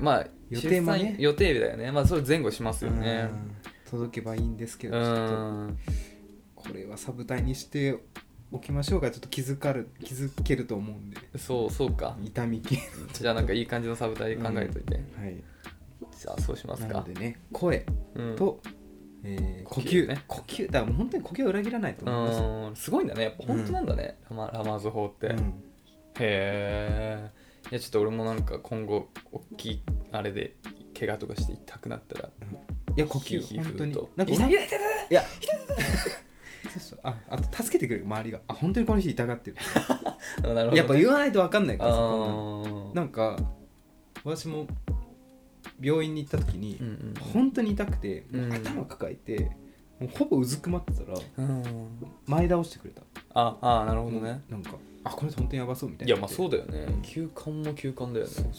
S2: まあ
S1: 予定もね
S2: 出産予定日だよねまあそれ前後しますよね
S1: うん届けばいいんですけ
S2: う
S1: どちょっと
S2: ん
S1: これはサブタイにしておきましょうかちょっと気づかる気づけると思うんで
S2: そうそうか
S1: 痛み系
S2: じゃあなんかいい感じのサブタイ考えといて、
S1: はい
S2: じゃあそうします
S1: な
S2: か
S1: のでね声
S2: うん
S1: と、えー
S2: 呼
S1: 呼
S2: 吸
S1: 吸
S2: ね
S1: 呼吸だからもう本当に呼吸を裏切らないと
S2: う
S1: 思います
S2: んすごいんだねやっぱ本当なんだね、ラマラマーズ法って、
S1: う
S2: へ
S1: ん
S2: えいやちょっと俺もなんか今後大きいあれで怪我とかして痛くなったら
S1: いや呼
S2: ヒーヒー
S1: 吸本
S2: 振
S1: 当
S2: る
S1: に
S2: と
S1: なんかお
S2: 痛
S1: 腹
S2: い痛い痛い痛い
S1: いや、そうそうああと助けてくれる周りがあ本当にこの人痛がってる
S2: あなるほど
S1: やっぱ言わないと分かんないからさこんなの
S2: あー
S1: なんか私も病院に行った時に、
S2: うん
S1: 本当に痛くて、
S2: うん
S1: 頭抱えてもうほぼうずくまってたら
S2: うんうん
S1: 前倒してくれた
S2: ああなるほどね、
S1: なんかあこれ本当にやばそうみたい
S2: い
S1: な
S2: やまあそうだよね
S1: うん
S2: 休館も休館だよね
S1: そうそう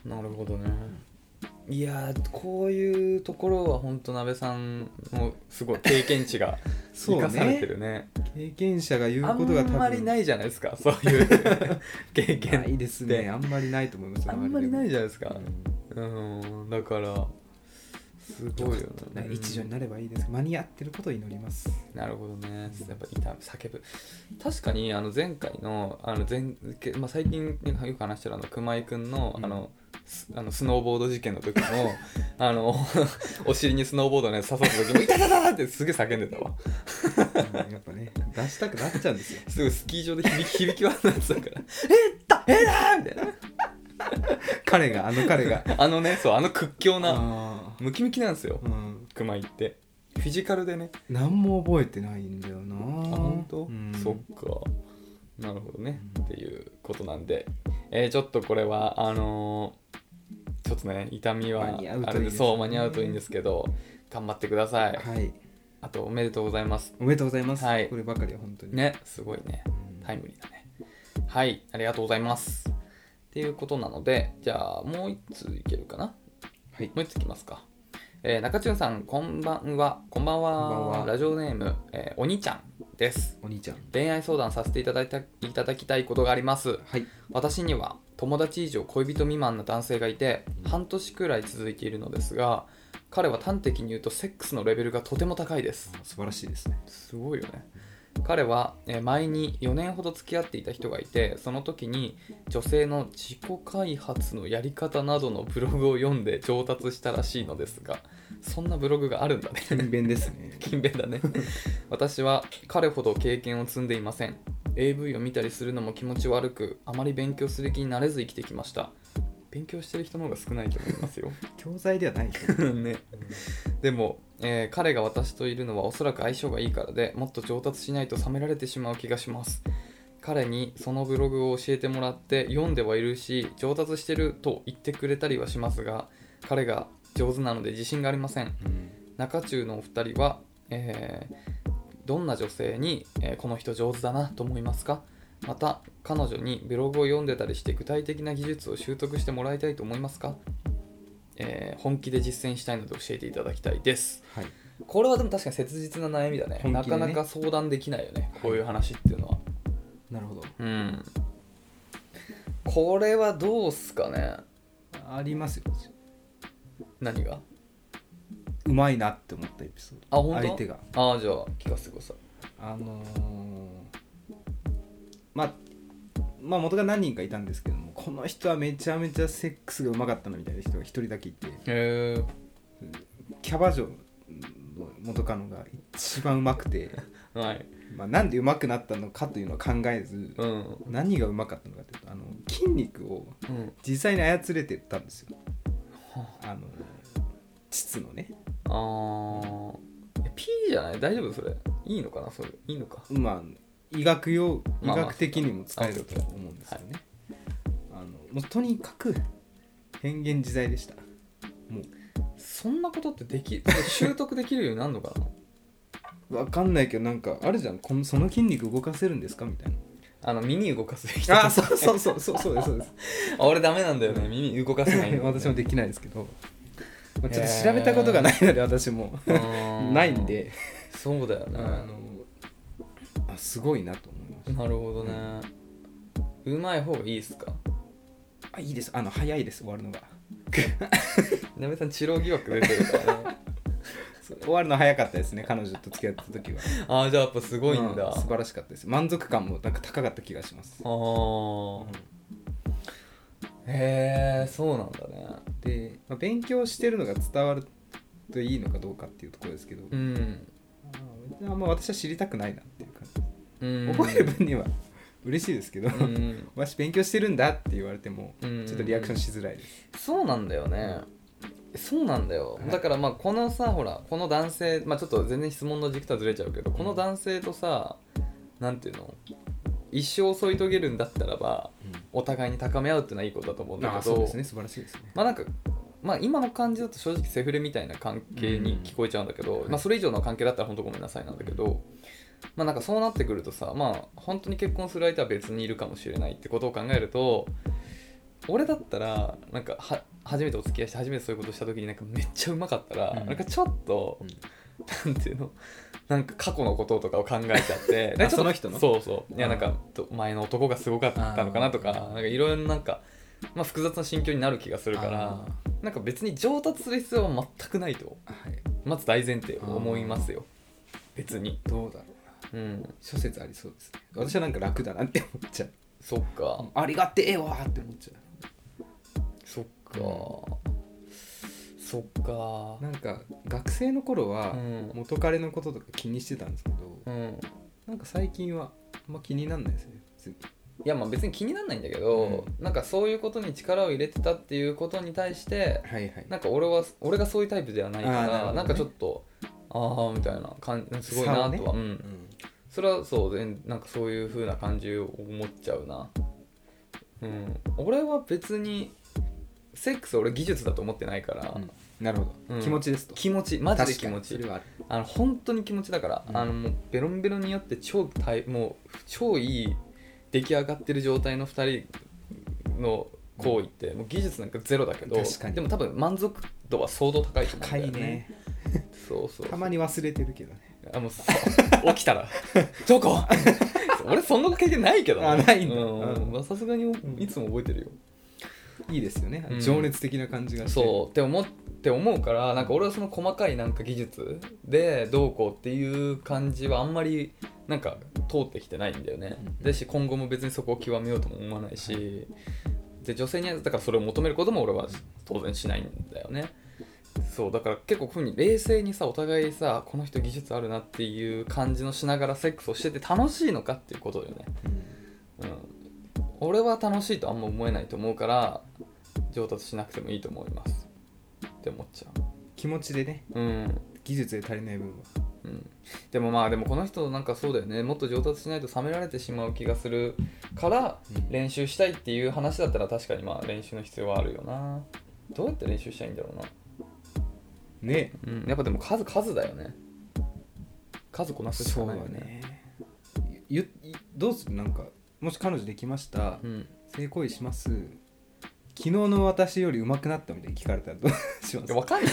S1: そう
S2: なるほどねいやーこういうところは本当鍋さんのすごい経験値 が
S1: そ
S2: 生
S1: う
S2: かされて
S1: ね
S2: るね
S1: 経験者が言う
S2: あ
S1: ことが多
S2: ん
S1: 分
S2: まりないじゃないですかそういう 経験
S1: ないですねあんまりないと思いますよ
S2: あんまりないじゃないですか
S1: 周りでも
S2: うんだからす
S1: うん
S2: ごいよね
S1: ね一助に
S2: な
S1: なればいいです間に合ってることを祈り ます
S2: なるほどねやっぱ痛む叫ぶ確かにあの前回のあの前、けまあ、最近よく話してるあの熊井君の
S1: うん
S2: あの、スあのスノーボード事件の 時のあのお尻にスノーボードのやつ刺さった時も「痛たたた!」ってすげえ叫んでたわ
S1: うんやっぱね出したくなっちゃうんですよ
S2: すごいスキー場で響き響き渡ってたから「えっだえっだ!」みたいな
S1: 彼があの彼が
S2: あのねそうあの屈強な
S1: あ
S2: ムキムキなんですよ
S1: ーうん
S2: 熊井ってフィジカルでね
S1: 何も覚えてないんだよな
S2: あ本当、
S1: うん
S2: そっかなるほどね、
S1: うん
S2: っていうことなんで、えーちょっとこれはあのーちょっとね痛みは
S1: 間に合うと
S2: あ
S1: いいですね
S2: れでそう間に合うといいんですけど頑張ってください
S1: はい
S2: あとおめでとうございます
S1: おめでとうございます
S2: はい
S1: こればかりは本当に
S2: ねすごいねタイムリーだねはいありがとうございますっていうことなのでじゃあもう一通いけるかな
S1: はい
S2: もう一ついきますか、えー、中中さんこんばんはこんばん
S1: こ
S2: は
S1: んばんは
S2: ラジオネーム、えーおにちゃんです
S1: お兄ちゃん
S2: 恋愛相談させていただいたいただきたいことがあります
S1: はい
S2: 私には友達以上恋人未満な男性がいて半年くらい続いているのですが彼は端的に言うとセックスのレベルがとても高いです
S1: 素晴らしいですね
S2: すごいよね彼はえー前に4年ほど付き合っていた人がいてその時に女性の自己開発のやり方などのブログを読んで上達したらしいのですがそんなブログがあるんだね
S1: 勤勉です ね
S2: 勤勉だね私は彼ほど経験を積んでいません AV を見たりするのも気持ち悪くあまり勉強する気になれず生きてきました勉強してる人の方が少ないと思いますよ
S1: 教材ではないですね
S2: ねでも、えー彼が私といるのはおそらく相性がいいからでもっと上達しないと冷められてしまう気がします彼にそのブログを教えてもらって読んではいるし上達してると言ってくれたりはしますが彼が上手なので自信がありません中中のお二人は、えーどんな女性に、えーこの人上手だなと思いますかまた彼女にブログを読んでたりして具体的な技術を習得してもらいたいと思いますか、えー本気で実践したいので教えていただきたいです
S1: はい
S2: これはでも確かに切実な悩みだね
S1: 本気でね
S2: なかなか相談できないよねこういう話っていうのは
S1: なるほど
S2: うんこれはどうっすかね
S1: ありますよ
S2: 何が
S1: うまいなって思ったエピソー
S2: あ
S1: ド
S2: 本当
S1: 相手が
S2: ああじゃあ聞かせてください
S1: あのーまあまあ元が何人かいたんですけどもこの人はめちゃめちゃセックスがうまかったなみたいな人が一人だけいて
S2: へ
S1: キャバ嬢の元カノが一番うまくて、
S2: えはい
S1: まあ、なんでうまくなったのかというのは考えず
S2: うん
S1: 何がうまかったのかというとあの筋肉を
S2: うん
S1: 実際に操れてたんですよ
S2: は
S1: あの膣のね
S2: あーえ P じゃない大丈夫それいいのかなそれいいのか
S1: まあ医学用医
S2: まあまあ
S1: 学的にも使えると思うんですよね、あのもうとにかく変幻自在でしたも
S2: そんなことってでき習得できるようになるのかな
S1: う分かんないけどなんかあるじゃんこのその筋肉動かせるんですかみたいな
S2: あの耳動かす人
S1: あそうそうそうそうそうですそうです
S2: あ俺ダメなんだよね耳動かせない
S1: 私もできないですけど、まあ、ちょっ
S2: へー
S1: と調べたことがないので私もな
S2: ない
S1: んで
S2: そうだよ
S1: あ
S2: ね
S1: のあすごいなと思いまし
S2: なるほどねうまい方がいいっすか
S1: たあいいですあの早いです終わるのが
S2: なべさん治療疑惑出てるからね
S1: そう終わるの早かったですね彼女と付き合ってた時は
S2: ああじゃあやっぱすごいんだ、
S1: う
S2: あ
S1: 素晴らしかったです満足感もなんか高かった気がします
S2: あーへえそうなんだね
S1: で、まあ、勉強してるのが伝わるといいのかどうかっていうところですけど、
S2: うん
S1: あんま私は知りたくないなっていう感じ、
S2: うん
S1: 覚える分には嬉しいですけど、
S2: うん
S1: 私勉強してるんだって言われてもち
S2: う
S1: ょ
S2: ん
S1: っとリアクションしづらいです、
S2: そうなんだよね、そうなんだよ、
S1: はい
S2: だからまあこのさほらこの男性まあちょっと全然質問の軸とはずれちゃうけどこの男性とさなんていうの一生添い遂げるんだったらばお互いに高め合うっていうのはいいことだと思うんだ
S1: ああ
S2: け
S1: そう
S2: ど
S1: ですね素晴らしいですね、
S2: まあなんかまあ、今の感じだと正直セフレみたいな関係に聞こえちゃうんだけど、
S1: うん
S2: まあ、それ以上の関係だったら本当ごめんなさいなんだけど、まあ、なんかそうなってくるとさ、まあ、本当に結婚する相手は別にいるかもしれないってことを考えると俺だったらなんかは初めてお付き合いして初めてそういうことした時になんかめっちゃうまかったら、
S1: うん
S2: なんかちょっと、なんていうのなんか過去のこととかを考えちゃって
S1: あその人の
S2: そうそういや
S1: あー
S2: なんかと前の男がすごかったのかなとか
S1: あー
S2: なんかいろいろなんか、まあ、複雑な心境になる気がするから
S1: あ
S2: なんか別に上達する必要は全くないと
S1: ーはい
S2: まず大前提思いますよ別に
S1: どうだろうな
S2: うん
S1: 諸説ありそうですね私はなんか楽だなって思っちゃう
S2: そっか
S1: ありがてえわーって思っちゃ
S2: そっかそっか
S1: うなんか学生の頃は
S2: うん
S1: 元彼のこととか気にしてたんですけど、
S2: うん
S1: なんか最近はあんま気になんないですね別に
S2: いやまあ別に気にならないんだけど、なんかそういうことに力を入れてたっていうことに対して
S1: はいはい
S2: なんか俺は俺がそういうタイプではないから
S1: あーな
S2: な,、
S1: るほどね
S2: んかちょっとああみたいな感じすごいなと
S1: 差
S2: は、
S1: を
S2: う、
S1: うんん
S2: それはそうでなんかそういう風な感じを思っちゃうな、うん、俺は別にセックス俺技術だと思ってないから、
S1: うんなるほど、
S2: うん
S1: 気持ちですと
S2: 気持ちマジで
S1: 確
S2: 気
S1: かに
S2: 持ち
S1: それはある
S2: あの本当に気持ちだから、
S1: うん
S2: あのもうベロンベロンに酔って超大もう超いい出来上がってる状態の2人の行為ってもう技術なんかゼロだけど
S1: 確かに
S2: でも多分満足度は相当高いと思うんだ
S1: 深
S2: よ
S1: い
S2: ね
S1: ね
S2: そうそう
S1: たまに忘れてるけどね
S2: あもう さ起きたら「どこ? 」 俺そんな経験ないけどね、
S1: あないんだ
S2: うんまあさすがに
S1: ん
S2: いつも覚えてるよ、
S1: いいですよね、
S2: うん
S1: 情熱的な感じがして
S2: そうって思って思うからなんか俺はその細かいなんか技術でどうこうっていう感じはあんまりなんか通ってきてないんだよね、
S1: うん
S2: だし今後も別にそこを極めようとも思わないしで女性にはだからそれを求めることも俺は当然しないんだよねそうだから結構こういうふうに冷静にさお互いさこの人技術あるなっていう感じのしながらセックスをしてて楽しいのかっていうことだよね
S1: うん
S2: うん、俺は楽しいとあんま思えないと思うから上達しなくてもいいと思いますって思っちゃ
S1: 気持ちでね
S2: ううん、
S1: 技術で足りない部分は
S2: うん、でもまあでもこの人なんかそうだよねもっと上達しないと冷められてしまう気がするから
S1: うん
S2: 練習したいっていう話だったら確かにまあ練習の必要はあるよなどうやって練習したらいいんだろうな
S1: ね
S2: うん、やっぱでも数数だよね数こなすしかないよね
S1: ゆゆどうするなんかもし彼女できました、
S2: うん
S1: 性行為します昨日の私より上手くなったみたいに聞かれたらどうしま
S2: い
S1: す
S2: やわ かんない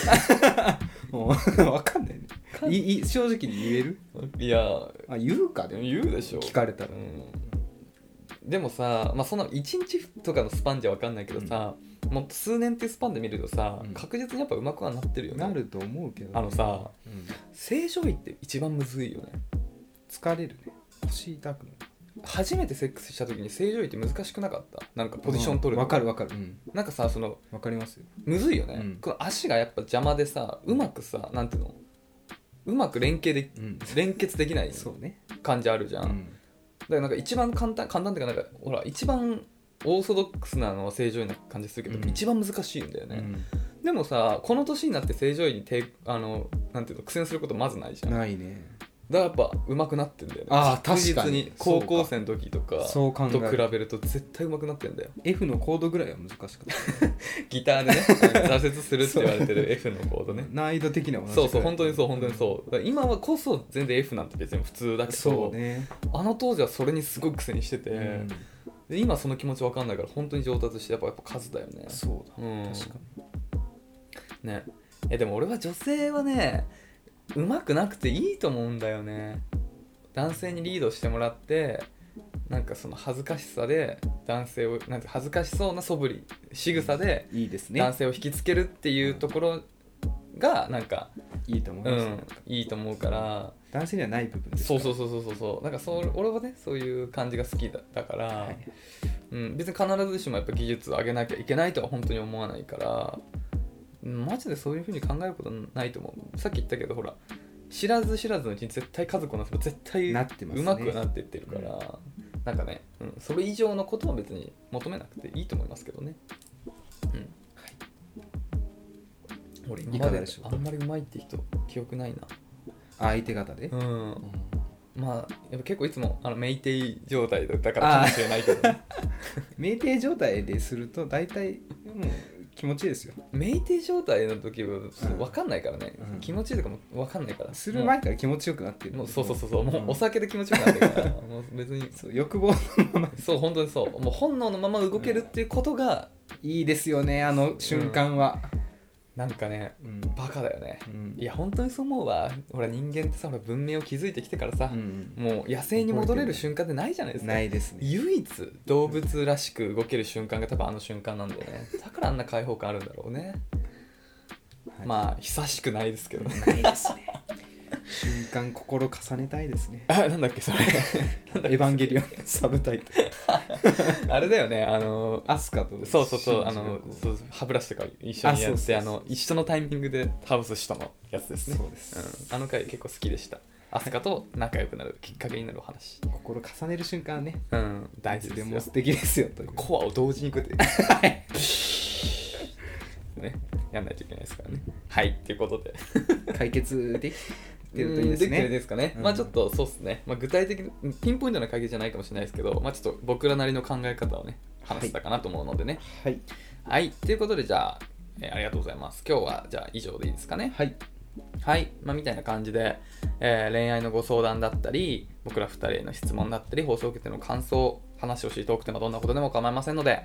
S1: もう分かんないね
S2: かんない
S1: いい正直に言える
S2: いや
S1: あ言うかでも
S2: 言うでしょ
S1: 聞かれたら
S2: うんでもさ、まあ、その1日とかのスパンじゃ分かんないけどさ、もう数年っていうスパンで見るとさ、
S1: うん
S2: 確実にやっぱ上手くはなってるよね
S1: なると思うけどね、
S2: あのさ
S1: うん
S2: 正常位って一番むずいよね
S1: 疲れるね腰痛くなる
S2: 初めてセックスした時に正常位って難しくなかったなんかポジション取る
S1: わか
S2: る
S1: るわかるうん
S2: なんかさその
S1: わかりますよ
S2: むずいよね、
S1: うん
S2: この足がやっぱ邪魔でさうまくさなんていうのうまく連携で
S1: うん
S2: 連結できない
S1: そうね
S2: 感じあるじゃ、
S1: うんん
S2: だからなんか一番簡単簡単っていうかなんかほら一番オーソドックスなのは正常位な感じするけど、
S1: うん
S2: 一番難しいんだよ
S1: う
S2: ね、
S1: ん
S2: でもさこの年になって正常位にてあのなんていうの苦戦することまずないじゃんだか
S1: ないね
S2: らやっぱ上手くなってんだよね
S1: あー
S2: 確
S1: 確かに
S2: 実に高校生の時とか
S1: そう考え
S2: と
S1: る
S2: 比べると絶対上手くなってんだよ
S1: F のコードぐらいは難しかった
S2: ギター でね挫折するって言われてる F のコードね
S1: 難易度的には同じ
S2: そうそう
S1: ぐらい
S2: 本当にそう本当にそうだから今はこそ全然 F なんて別に普通だけど
S1: そうね
S2: あの当時はそれにすごく苦戦してて、
S1: うん
S2: で今その気持ちわかんないから本当に上達してやっぱやっぱ数だよね
S1: そうだ
S2: うん
S1: 確か
S2: ねえでも俺は女性はねうまくなくていいと思うんだよね男性にリードしてもらってなんかその恥ずかしさで男性をなんて恥ずかしそうな素振り仕草で
S1: にいいですね
S2: 男性を引きつけるっていうところがなんか、
S1: いいと思いうます
S2: ん、いいと思うから
S1: 男性にはない部分です
S2: そうそううそうそうそうそうなんかそう俺はねそういう感じが好きだだから、
S1: はい
S2: うん、別に必ずしもやっぱ技術を上げなきゃいけないとは本当に思わないからうんマジでそういうふうに考えることないと思うさっき言ったけどほら知らず知らずのうちに絶対数こなせば絶対
S1: なってますね
S2: うまくなってってるから、なんかね、うん、それ以上のことは別に求めなくていいと思いますけどねうんはい俺今
S1: い
S2: ま
S1: か
S2: で
S1: がでしょう
S2: あ
S1: か
S2: んまりうまいって人記憶ないな
S1: 相手方で
S2: うん
S1: うん
S2: まあやっぱ結構いつもあの酩酊状態だからかもしれないけどね
S1: 酩酊状態ですると大体もう気持ちいいですよ
S2: 酩酊状態の時はそう
S1: うん
S2: 分かんないからね、
S1: うん
S2: 気持ちいいとかも分かんないから
S1: する前から気持ちよくなってる
S2: もうそうそうそうそう、もうお
S1: おさ
S2: 酒で気持ちよくなってる からもう別に
S1: そう欲望のまま
S2: そう本当にそうもう本能のまま動けるっていうことが
S1: いいですよねあの瞬間は、
S2: なんかね
S1: うん
S2: バカだよね
S1: うん
S2: いや本当にそう思うわほら人間ってさほら文明を築いてきてからさ
S1: う、ん
S2: もう野生に戻れる瞬間ってないじゃないですか
S1: ないですね
S2: 唯一動物らしく動ける瞬間が多分あの瞬間なんだ よねだからあんな開放感あるんだろうね、
S1: はい
S2: まあ久しくないですけどね
S1: ないですね瞬間心重ねたいです ね
S2: あなんだっ けそれ
S1: エヴァンゲリオンのサブタイトル
S2: あれだよねあの
S1: アスカと
S2: そうそうそうあ
S1: シンジが
S2: の
S1: こう
S2: そう歯ブラシとか一緒にや
S1: あそうそ
S2: っ
S1: うそ
S2: て
S1: う
S2: あの一緒のタイミングで倒す人のやつですね
S1: そうです
S2: んあの回結構好きでしたアスカと仲良くなるきっかけになるお話
S1: 心重ねる瞬間はね
S2: うん大
S1: い
S2: 事
S1: つ
S2: で
S1: です
S2: よ
S1: も素敵ですよという
S2: コアを同時に食って ねやんないといけないですからねはいということで
S1: 解決できてるといいです
S2: うんきてるといい
S1: ね
S2: ですかね、
S1: うん
S2: まあちょっとそうですね、まあ、具体的にうんピンポイントな解決じゃないかもしれないですけど、まあ、ちょっと僕らなりの考え方をね話せたかなと思うのでね
S1: はい
S2: はい、ということでじゃあ、えーありがとうございます今日はじゃあ以上でいいですかね
S1: はい
S2: はい、まあ、みたいな感じで、えー恋愛のご相談だったり僕ら2人への質問だったり放送を受けての感想話してほしいトークテーマどんなことでも構いませんので、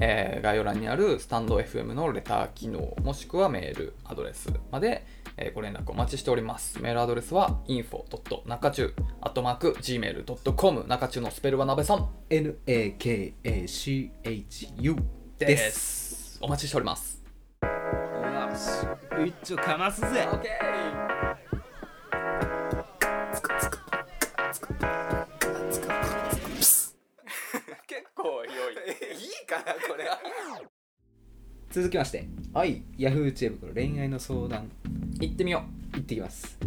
S2: えー概要欄にあるスタンド FM のレター機能もしくはメールアドレスまで、えーご連絡お待ちしておりますメールアドレスは info.nakachu.gmail.com 中中のスペルは鍋さん
S1: NAKACHU
S2: で
S1: です
S2: すお待ちしております
S1: 一丁かますぜ
S2: 結構良いいいかなこれ
S1: 続きましてはいヤフー知恵袋恋愛の相談
S2: 行ってみよ
S1: いってきます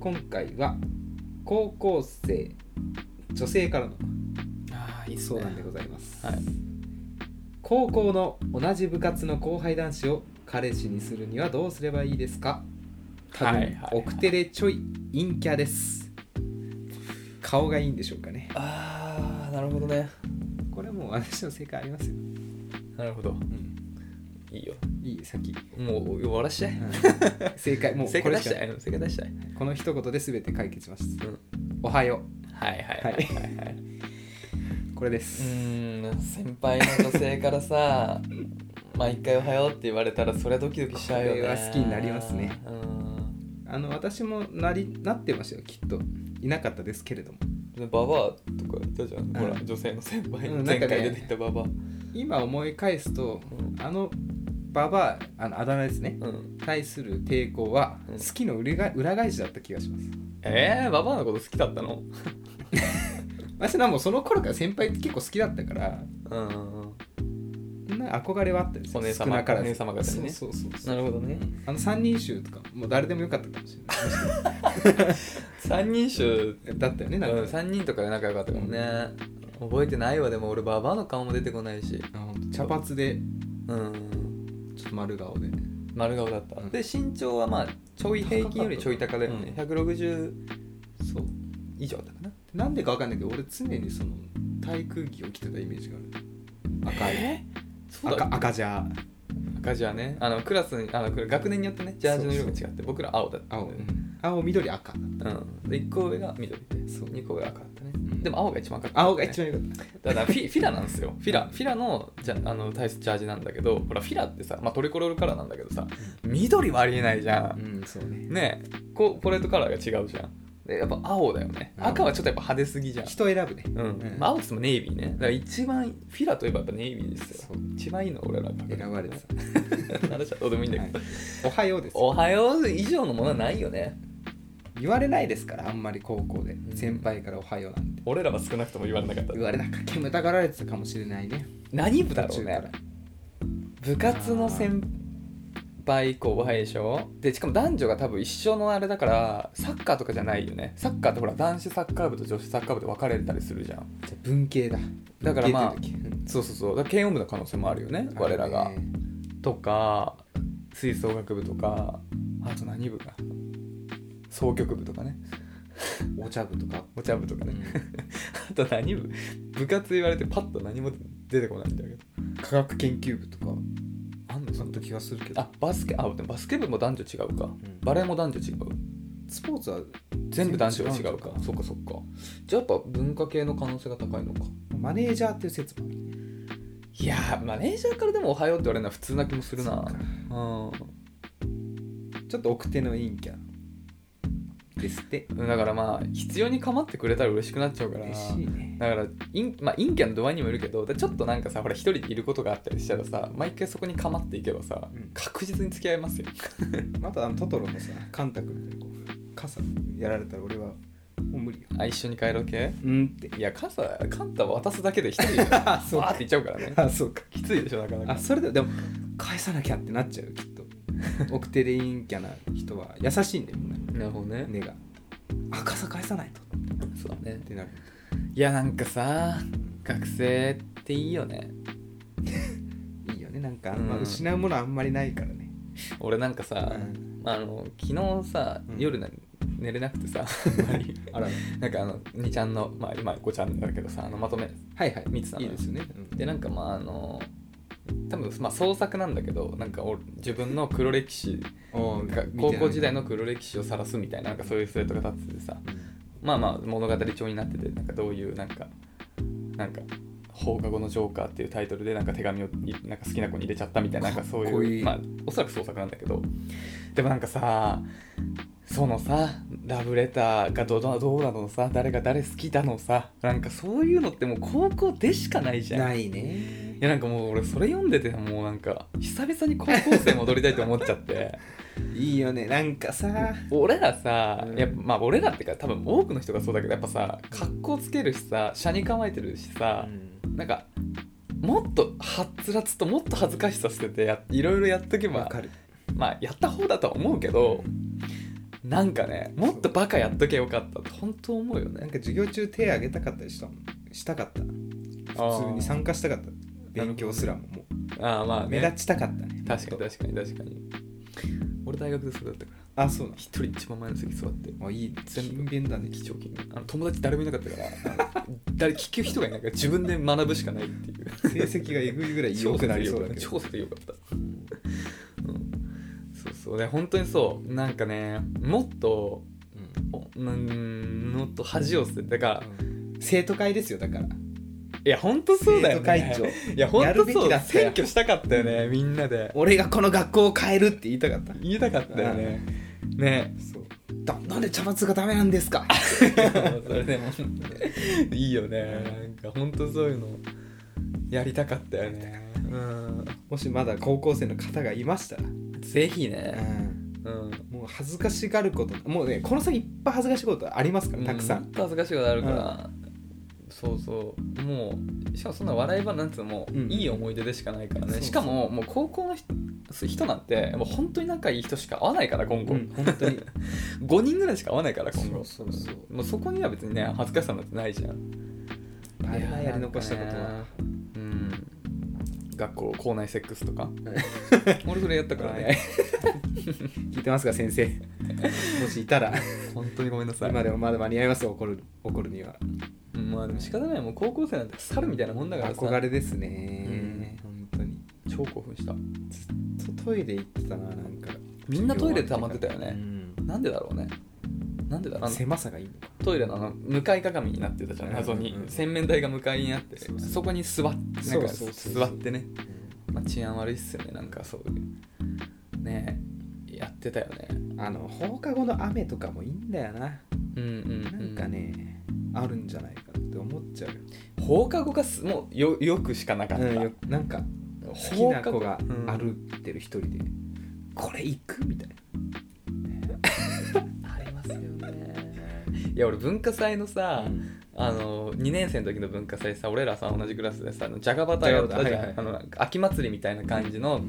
S1: 今回は高校生女性からの
S2: うああいい
S1: 相談でございます、
S2: はい
S1: 高校の同じ部活の後輩男子を彼氏にするにはどうすればいいですか多分、
S2: はいはいはい
S1: 奥手でちょい陰キャです顔がいいんでしょうかね
S2: ああなるほどね
S1: これもう私の正解ありますよ、
S2: なるほど
S1: うん、
S2: いいよ
S1: いい先、
S2: もう終わらして
S1: 正解もう
S2: 正
S1: こ
S2: 解
S1: れ
S2: 出
S1: し
S2: し
S1: か
S2: たいうん正解出したい
S1: この一言で全て解決します、
S2: うん
S1: おはよ
S2: はいはいはいはいはいう
S1: これです、
S2: ーん先輩の女性から さ毎回「おはよう」って言われたらそれドキドキしちゃうよね
S1: これは好きになりますね
S2: うん
S1: あの私もなりなってましたよきっといなかったですけれども
S2: でババアとかいたじゃん、ほら
S1: うん
S2: 女性の先輩、
S1: うん
S2: 前
S1: なんか
S2: 回
S1: ね
S2: 出てきたババア、
S1: 今思い返すと
S2: うん
S1: あのババアあのあだ名ですね
S2: うん、
S1: 対する抵抗は
S2: うん
S1: 好きの裏が裏返しだった気がします
S2: えー、ババアのこと好きだったの
S1: 私なんかもうその頃から先輩って結構好きだったから
S2: うん
S1: な憧れはあったんですよ
S2: お姉様
S1: 少なから
S2: お
S1: ず
S2: 姉様方にね
S1: そうそうそうそう
S2: なるほどね
S1: あの三人衆とかもう誰でもよかったかもしれない
S2: 三人衆
S1: だったよねなんか、
S2: うん、3人とかで仲良かったかもね、覚えてないわでも俺ババアの顔も出てこないし
S1: あの茶髪で
S2: うん
S1: ちょっと丸顔で
S2: 丸顔だった、
S1: うん
S2: で身長はまあちょい平均よりちょい高だよね、
S1: う
S2: 160
S1: そう
S2: 以上だったかな
S1: なんでかわかんないけど俺常にその体育着を着てたイメージがある赤い、
S2: えーそうだ
S1: 赤
S2: 赤
S1: 赤じゃ
S2: 赤字はねあのクラスにあの学年によってねジャージの色が違って僕ら青だった
S1: 青、
S2: んだよね
S1: 青緑赤
S2: うん、で1個上が緑で
S1: そう
S2: 2個上が赤だったね、
S1: ん
S2: でも青が一番赤かった、
S1: 青が一番よかった
S2: だからフィフィラなんですよフィラフィラのじゃあのタイスジャージなんだけどほらフィラってさ、まあ、トリコロールカラーなんだけどさ緑はありえないじゃん、
S1: んそうね
S2: ねえコーポレートカラーが違うじゃんでやっぱ青だよね
S1: うん
S2: 赤はちょっとやっぱ派手すぎじゃん、
S1: 人選ぶね
S2: うん
S1: うん
S2: まあ、青っつってもネイビーねだから一番フィラといえばやっぱネイビーです
S1: そ
S2: よ
S1: う
S2: 一番いいの俺らが
S1: 選 ばれてた
S2: 話はどうでもいいんだけど、
S1: おはようです
S2: おはよう以上のものはないよね
S1: 言われないですからあんまり高校で、
S2: ん
S1: 先輩から「おはよう」なんて
S2: 俺らは少なくとも言われなかった
S1: 言われなんか煙たがられてたかもしれないね
S2: 何部だ
S1: 途
S2: ろ
S1: 中
S2: う
S1: か
S2: ね
S1: ら
S2: 部活の先輩後輩でしょでしかも男女が多分一緒のあれだからサッカーとかじゃないよねサッカーってほら男子サッカー部と女子サッカー部で分かれたりするじゃん
S1: じゃあ文系だ
S2: だからまあ
S1: 文系という時
S2: そうそうそうだから軽音部の可能性もあるよね
S1: うん
S2: 我ら
S1: あ
S2: が
S1: るね
S2: とか吹奏楽部とかあと何部か総曲部とかね
S1: お茶部とか、
S2: お茶部とか
S1: う
S2: ね、
S1: ん
S2: あと何部部活言われてパッと何も出てこないんだけど
S1: 科学研究部とか
S2: あなんで
S1: そんな気がするけど
S2: あバスケあでもバスケ部も男女違うか、
S1: ん
S2: バレーも男女違う
S1: スポーツは
S2: 全部男女が違うか
S1: 全部違うのか
S2: そっかそっかじゃあやっぱ文化系の可能性が高いのか
S1: マネージャーっていう説もある
S2: いやーマネージャーからでも「おはよう」って言われるのは普通な気もするな
S1: そっか
S2: うん
S1: ちょっと奥手の陰キャですって
S2: だからまあ必要に構ってくれたら嬉しくなっちゃうから
S1: 嬉しいね
S2: だから陰,、まあ、陰キャの度合いにもよるけどでちょっとなんかさほら一人でいることがあったりしたらさ毎回そこに構っていけばさ、
S1: うん
S2: 確実に付き合いますよ
S1: あとあのトトロのさカンタ君みたいにこう傘やられたら俺はもう無理よ
S2: あ一緒に帰ろう系
S1: うんって
S2: いや傘カンタ渡すだけで一人 でわ
S1: あ
S2: ーっていっちゃうからね
S1: あそうか
S2: きついでしょなかな
S1: あ
S2: か
S1: それででも返さなきゃってなっちゃうよきっと奥手で陰キャな人は優しいんだよね
S2: なるほどね
S1: 根があ傘返さないと
S2: そうだね
S1: ってなる
S2: いやなんかさ学生っていいよね
S1: いいよねなんかあんま
S2: うん
S1: 失うものあんまりないからね、
S2: 俺なんかさ、
S1: うん
S2: あの昨日さ
S1: うん
S2: 夜な、寝れなくてさあんまり
S1: あら
S2: なんかあの2ちゃんのまあ今5ちゃんだけどさあのまとめ
S1: はいはい
S2: 見てたの
S1: い
S2: よ
S1: いですよね、うん
S2: でなんかまああの多分まあ創作なんだけどなんかお自分の黒歴史
S1: おー
S2: が
S1: 見てない
S2: 高校時代の黒歴史を晒すみたいななんかそういうスレッドが立っててさ
S1: うん
S2: まあまあ物語調になっててなんかどういうなんかなんか放課後のジョーカーっていうタイトルでなんか手紙をいなんか好きな子に入れちゃったみたいななんかそうい
S1: かっこ
S2: う
S1: いい
S2: まあおそらく創作なんだけどでもなんかさそのさラブレターがどどどうなのさ誰が誰好きだのさなんかそういうのってもう高校でしかないじゃん
S1: ないね
S2: いやなんかもう俺それ読んでてもうなんか久々に高校生戻りたいと思っちゃって
S1: いいよねなんかさ
S2: 俺らさ
S1: うん
S2: やっぱまあ俺らってか多分多くの人がそうだけどやっぱさ格好つけるしさ車に構えてるしさ、なんかもっとはっつらつともっと恥ずかしさ捨ててやいろいろやっとけ
S1: わ
S2: ば
S1: かる
S2: まあやった方だとは思うけどなんかねもっとバカやっとけよかったって本当思うよ
S1: なん
S2: ね
S1: か授業中手挙げたかったりしたもんしたかった普通に参加したかった勉強すらもも
S2: あーまあ
S1: う
S2: ね
S1: 目立ちたかったね
S2: 確かに確かに確かに俺大学でそれだったから
S1: あそうな
S2: 一人一番前の席座って
S1: のあいいね
S2: 全部
S1: 勤勉だね
S2: 貴重品あの友達誰もいなかったからあの誰聞く人がいないから自分で学ぶしかないっていう
S1: 成績がえぐいぐら い良くなりそうだけど
S2: 超すよかった、 うん、そうそうで本当にそうなんかねもっとおうんもっと恥を捨ててだから
S1: 生徒会ですよだから
S2: いや本当そうだ
S1: 生
S2: よ
S1: 徒会
S2: ね
S1: 長
S2: いや本
S1: やる
S2: 当
S1: べ
S2: そ
S1: き
S2: う
S1: だったよ
S2: 選挙したかったよねみんなで
S1: 俺がこの学校を変えるって言いたかった
S2: 言いたかったよね ね
S1: そうだなんで茶髪がダメなんですか
S2: それでもいいよねなんか本当そういうのやりたかったよねうん
S1: もしまだ高校生の方がいましたら、
S2: ぜひねうん
S1: もう恥ずかしがることもうねこの先いっぱい恥ずかしいことありますからたくさ
S2: うんもっと恥ずかしいことあるから、そうそうもうしかもそんな笑い話なんてもう、
S1: うん
S2: いい思い出でしかないからね
S1: そうそう
S2: しかももう高校の人人なんてもう本当に仲いい人しか会わないから今後、
S1: うん本当 に
S2: 5人ぐらいしか会わないから今後
S1: そうそうそう
S2: もうそこには別にね恥ずかしさなんてないじゃん
S1: あれはやり残したこと
S2: なん
S1: は
S2: かねうん学校校内セックスとか 俺それやったから
S1: はい
S2: ね
S1: 聞いてますか先生もしい たら
S2: 本当にごめんなさい
S1: 今でもまだ間に合います怒る怒るには
S2: うん まあでも仕方ないもう高校生なんて猿みたいなもんだからさ
S1: 憧れですね、本当に
S2: 超興奮した
S1: ずっとトイレ行ってたななんか
S2: みんなトイレで溜まってたよね
S1: うん
S2: なんでだろうねなんでだろう
S1: 狭さがいいのか
S2: トイレのあの向かい鏡になってたじゃん謎に、
S1: うんうん
S2: 洗面台が向かいにあってそ
S1: そうそう
S2: こに座ってなんか
S1: そうそうそうそう
S2: 座ってね、まあ、治安悪いっすよねなんかそういうねえやってたよね
S1: あの放課後の雨とかもいいんだよな
S2: うんうん、う
S1: なん
S2: ん、
S1: かね、あるんじゃないかって思っちゃうよ
S2: 放課後がすもうよよくしかなかった、
S1: うんよなんか好き
S2: 放
S1: な
S2: 課
S1: 子
S2: 後
S1: が
S2: うん
S1: 歩いてる一人で、これ行くみたいな
S2: ありますよねいや俺文化祭のさ、
S1: うん
S2: あの2年生の時の文化祭さ俺らさ同じクラスでさあのじゃがバタやったじゃん、
S1: じゃがバタ
S2: あ
S1: はい
S2: の秋祭りみたいな感じの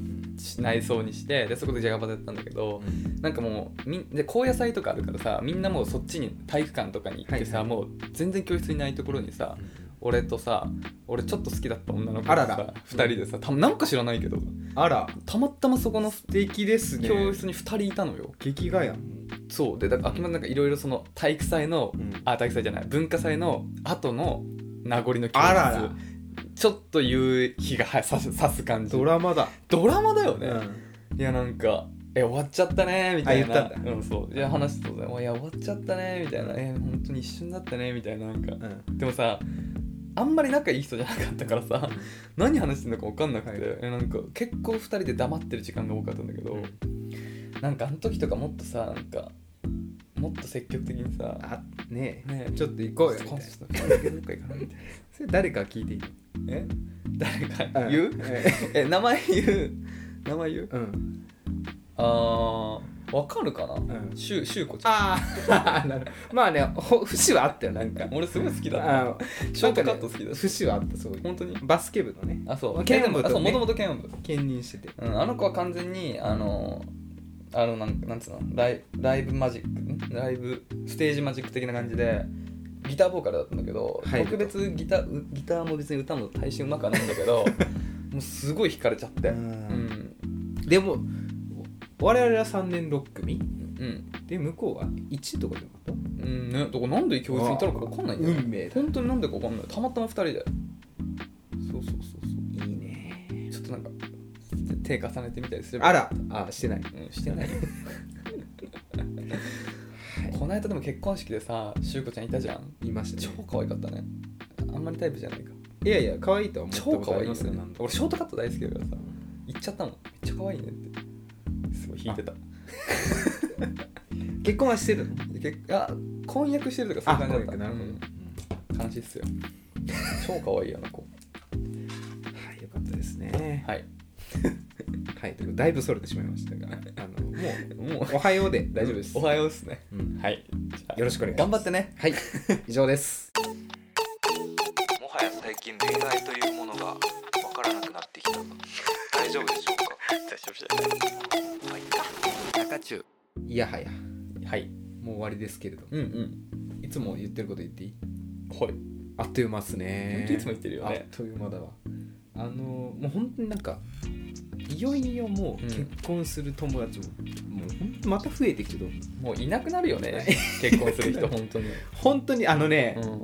S2: 内装にしてでそこでじゃがバタやったんだけど、なんかもうみんで高野菜とかあるからさみんなもうそっちに体育館とかに行ってさ、
S1: はい
S2: もう全然教室いないところにさ俺とさ俺ちょっと好きだった女の子
S1: あら
S2: と
S1: ら
S2: さ2人でさたなんか知らないけど
S1: あら
S2: たまたまそこの
S1: 素敵ですね
S2: 教室に2人いたのよ、
S1: 劇画やん、
S2: そうでだから秋元なんかいろいろその体育祭の、
S1: うん
S2: あ体育祭じゃない文化祭の後の名残の教室
S1: あらら
S2: ちょっと夕日がはささす感じ
S1: ドラマだ、
S2: ドラマだよね、
S1: うん
S2: いやなんか「え終わっちゃったね」みたい
S1: あ
S2: な
S1: 言ったんだ
S2: うん、そういや話してたいや終わっちゃったね」みたいな「え本当に一瞬だったね」みたいななんか
S1: うん
S2: でもさあんまり仲いい人じゃなかったからさ何話してんのか分かんなくて、
S1: はい
S2: えなんか結構2人で黙ってる時間が多かったんだけど、なんかあの時とかもっとさなんかもっと積極的にさ
S1: あねえ
S2: ねえ
S1: ちょっと行こうよみ
S2: ちょ
S1: たい
S2: っ
S1: な
S2: とこの人どっか行かないみたい
S1: それ誰か聞いていい
S2: なえ誰
S1: う
S2: か
S1: ん
S2: 言う、
S1: え
S2: え名前言う名前言う
S1: うん
S2: あーわかるかな、
S1: ん
S2: しゅしゅうこちゃん
S1: ああなるほどまあねほ節はあったよなんか
S2: 俺すごい好きだった
S1: あの
S2: ショートカット好きだし
S1: 節はあったそういう
S2: 本当に
S1: バスケ部のね
S2: あそう
S1: 剣
S2: えでも
S1: 舞
S2: あ
S1: と
S2: そうも
S1: ね
S2: ともと剣舞
S1: 兼任してて
S2: うん、あの子は完全にあのあのなんなんつうのライライブマジックんライブステージマジック的な感じでギターボーカルだったんだけど、
S1: はい
S2: 特別ギターうギターも別に歌も大してうまくはないんだけ どもうすごい惹かれちゃってう
S1: うんんでも我々は3年6組
S2: うん、
S1: で向こうは1とかじゃなかった
S2: うんね、だからなんで教室にいたのか分かんないんだよね
S1: 運命だ
S2: 本当になんでか分かんないたまたま2人でそうそうそうそ
S1: いいね
S2: うちょっとなんか手重ねてみたりすれば
S1: あらあしてない
S2: うん、して ないよこの間でも結婚式でさしゅうこちゃんいたじゃん
S1: いました
S2: 超
S1: ね
S2: 可愛かったねあんまりタイプじゃないか
S1: いやいや可愛いとは思った
S2: 超
S1: こ
S2: 可
S1: とあ
S2: 愛い
S1: り
S2: よ
S1: ますよ
S2: ね
S1: 何度か
S2: 俺ショートカット大好きだからさ言っちゃったもんめっちゃ可愛いねってすごい引いてた
S1: 結婚はしてるの
S2: 結あ婚約してるとか
S1: あ
S2: そういう感じだった
S1: なるほど
S2: うん悲しいっすよ超可愛いよあの子
S1: はいよかったですね
S2: はい
S1: はいということでだいぶそれてしまいました があのも
S2: もう
S1: うおはようで
S2: 大
S1: 大丈夫
S2: 丈夫で
S1: ですす
S2: おはようっすね
S1: うん
S2: はいじゃあ
S1: よろしくお願いします
S2: 頑張ってね
S1: はい以上です
S3: もはや最近恋愛というものがわからなくなってきた大丈夫でしょうか
S1: いやはや
S2: はい
S1: もう終わりですけれども
S2: うんうん
S1: いつも言ってること言っていい
S2: はい
S1: あっという間っす
S2: 本
S1: ね
S2: 当いつも言ってるよ
S1: あっ
S2: ね
S1: という間だわあのもう本当になんかいよいよもう
S2: うん
S1: 結婚する友達も、もう本当また増えてきてどんどん
S2: もういなくなるよね結婚する 人本当に
S1: 本当にあのね、
S2: うん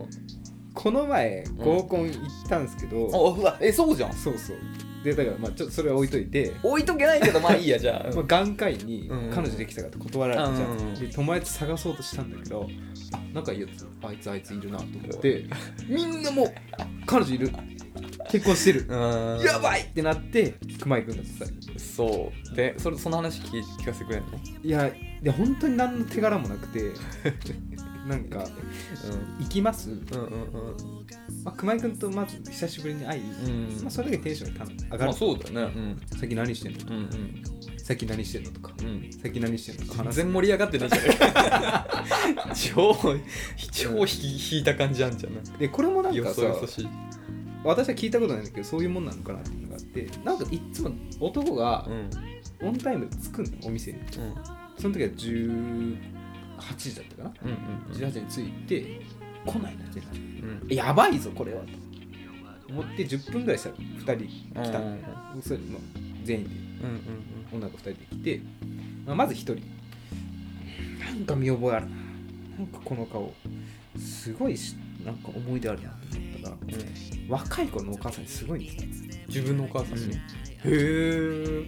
S1: この前合コン行ったんですけど、
S2: おうわえそうじゃん
S1: そうそうでだからまあちょっとそれは置いといて、
S2: 置いとけないけどまあいいやじゃあ、
S1: まあ、眼科医に
S2: うん
S1: 彼女できたかって断られてじゃ
S2: うんうんうん
S1: んで友達探そうとしたんだけどあ仲いいやつあいつあいついるなと思ってみんなもう彼女いる結婚してる
S2: うん
S1: やばいってなって熊井君がさ
S2: そうでそれその話聞い聞かせてくれんの、
S1: いやで本当に何の手柄もなく てなんか「行きます
S2: うん、うんうんうん
S1: まあ」熊井君とまず久しぶりに会い、
S2: うん
S1: まあ、それだけテンションが多分上がる、
S2: まあそうだよねうん
S1: 最近何してんの
S2: うんうん
S1: 最近何してんのとか
S2: うん
S1: 最近何してんのとか
S2: 完
S1: 話す
S2: 全盛り上がってねえじゃん 超超引き引いた感じあんじゃんなんか
S1: でこれもなん
S2: よ
S1: かさ
S2: そよそしい
S1: 私は聞いたことないんだけどそういうもんなのかなっていうのがあってなんかいっつも男が
S2: うん
S1: オンタイムで着くのお店に
S2: うん
S1: その時は18時だったかな
S2: うん
S1: 18時に着いて来ないなってなる
S2: うん
S1: やばいぞこれはと思って10分ぐらいしたら2人来た
S2: うん
S1: の、それまあ全員で
S2: うんうん
S1: 女の子2人で来て、まあ、まず1人なんか見覚えあるななんかこの顔すごいしなんか思い出あるなと思ったら
S2: うんうん
S1: 若い頃のお母さんにすごい似てた
S2: 自分のお母さんに、
S1: うん
S2: へえ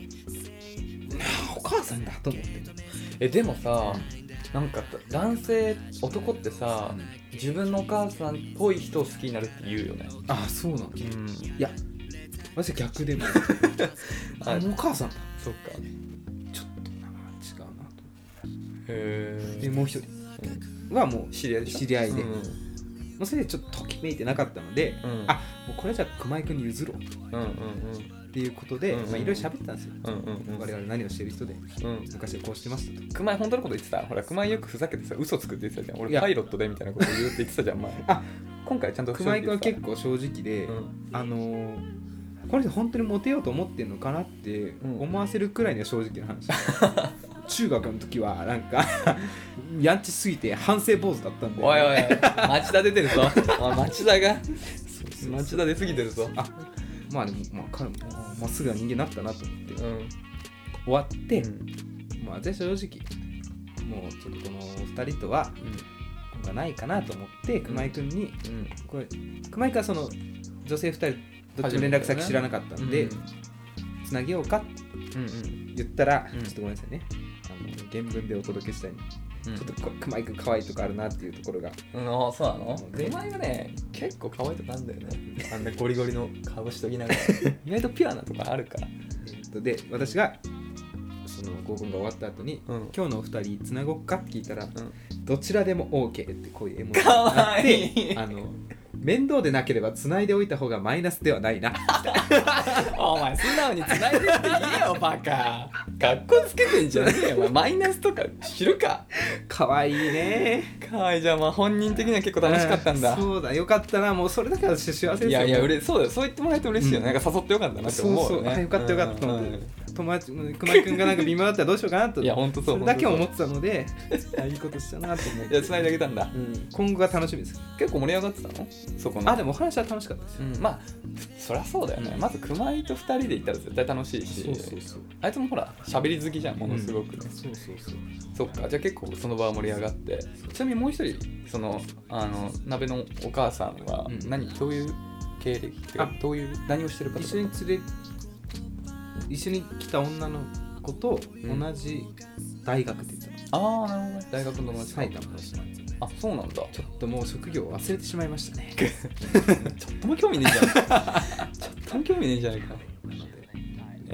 S1: お母さんだと思って
S2: えでもさなんか男性男ってさ
S1: うん
S2: 自分のお母さんっぽい人を好きになるって言うよね
S1: ああそうなんだ
S2: ん
S1: いや私は逆でもあ
S2: あ
S1: のお母さんだ
S2: そっかへ
S1: ちょっとな違うなと思ってで
S2: え
S1: もう1人はもう
S2: 知り合いでしょ
S1: 知り合いで、
S2: うん
S1: もうそれでちょっとときめいてなかったので、
S2: うん
S1: あもうこれじゃあ熊井君に譲ろう
S2: うんうん
S1: っていうことで、
S2: うんうんうん
S1: まあ、いろいろ喋ってたんですよ、
S2: うんうん
S1: 我々何をしてる人で
S2: うんうん
S1: 昔はこうしてましたと
S2: 熊井本当のこと言ってたほら熊井よくふざけてさ嘘つくって言ってたじゃん
S1: い
S2: 俺
S1: や
S2: パイロットでみたいなこと言うって言ってたじゃん前
S1: あ
S2: 今回ちゃんと
S1: 熊井君は結
S2: 構
S1: 構正直で、
S2: うん
S1: あのーこの人本当にモテようと思ってるのかなって
S2: ん
S1: 思わせるくらいには正直な話 中学の時はなんか やんちすぎて反省坊主だったんで
S2: おいおいおい町田出てるぞおい町田が町田出過ぎてるぞ
S1: あまあでも、まあ、彼もまっすぐな人間になったなと思って
S2: うん
S1: 終わって、
S2: うん
S1: まあ、私は正直もうちょっとこの2人とはがないかなと思って熊井君に、
S2: うん
S1: これ熊井君はその女性2人どっちも連絡先知らなかったんで、つなげようかって
S2: うんうん
S1: 言ったら、
S2: うん
S1: ちょっとごめんなさいねあの原文でお届けしたい、
S2: うん
S1: ちょっとこ熊井君可愛いとこあるなっていうところが
S2: うんあそうなの出前がね結構可愛いとこあんだよねあんなゴリゴリの顔しときながら意外とピュアなとこあるから
S1: で私がその合コンが終わった後に、
S2: うん
S1: 今日のお二人つなごっか?」って聞いたら、
S2: ん
S1: どちらでも OK」ってこういう絵文字
S2: かわいい
S1: あの面倒でなければつないでおいた方がマイナスではないな
S2: お前素直に繋いでって言えよバカ学校つけてんじゃねえよお前マイナスとか知る か
S1: 可愛いね
S2: 可愛いじゃあまあ本人的には結構楽しかったんだ
S1: うそうだよかったなもうそれだけは幸せですよ
S2: いやいや
S1: もう
S2: うれそうだよそう言ってもらえて嬉しいよね、
S1: うん
S2: なんか誘ってよかったなって
S1: そう
S2: 思う
S1: そ
S2: よ
S1: う、
S2: ね
S1: あよかったよかったと思って、
S2: うん
S1: 友達熊井君がなんか微妙だったらどうしようかなと
S2: いや本当そ
S1: そ
S2: う
S1: れだけ
S2: 本当
S1: 思ってたので あいいことしたなと思っ
S2: いや
S1: て
S2: 繋いであげたんだ
S1: うん今後が楽しみです
S2: 結構盛り上がってたのそこの
S1: あでもお話は楽しかったですよ、
S2: うんまあそりゃそうだよね、
S1: うん
S2: まず熊井と2人で行ったら絶対楽しいし
S1: そう
S2: あいつもほら喋り好きじゃんものすごくね、
S1: そうそうそう
S2: そっかじゃあ結構その場は盛り上がってちなみにもう一人そのあの鍋のお母さんは
S1: うん
S2: 何、どういう経歴ってか
S1: あ
S2: どういう何をしてる方
S1: 一緒に連れ一緒に来た女の子と
S2: ん
S1: 同じ大学で言って
S2: ああなるほどね大学の
S1: た、
S2: 友達か
S1: 埼玉の人なんですよ
S2: あそうなんだ
S1: ちょっともう職業を忘れてしまいました ね
S2: ちょっとも興味ね えじゃんちょっとも興味ねえじゃないか
S1: なので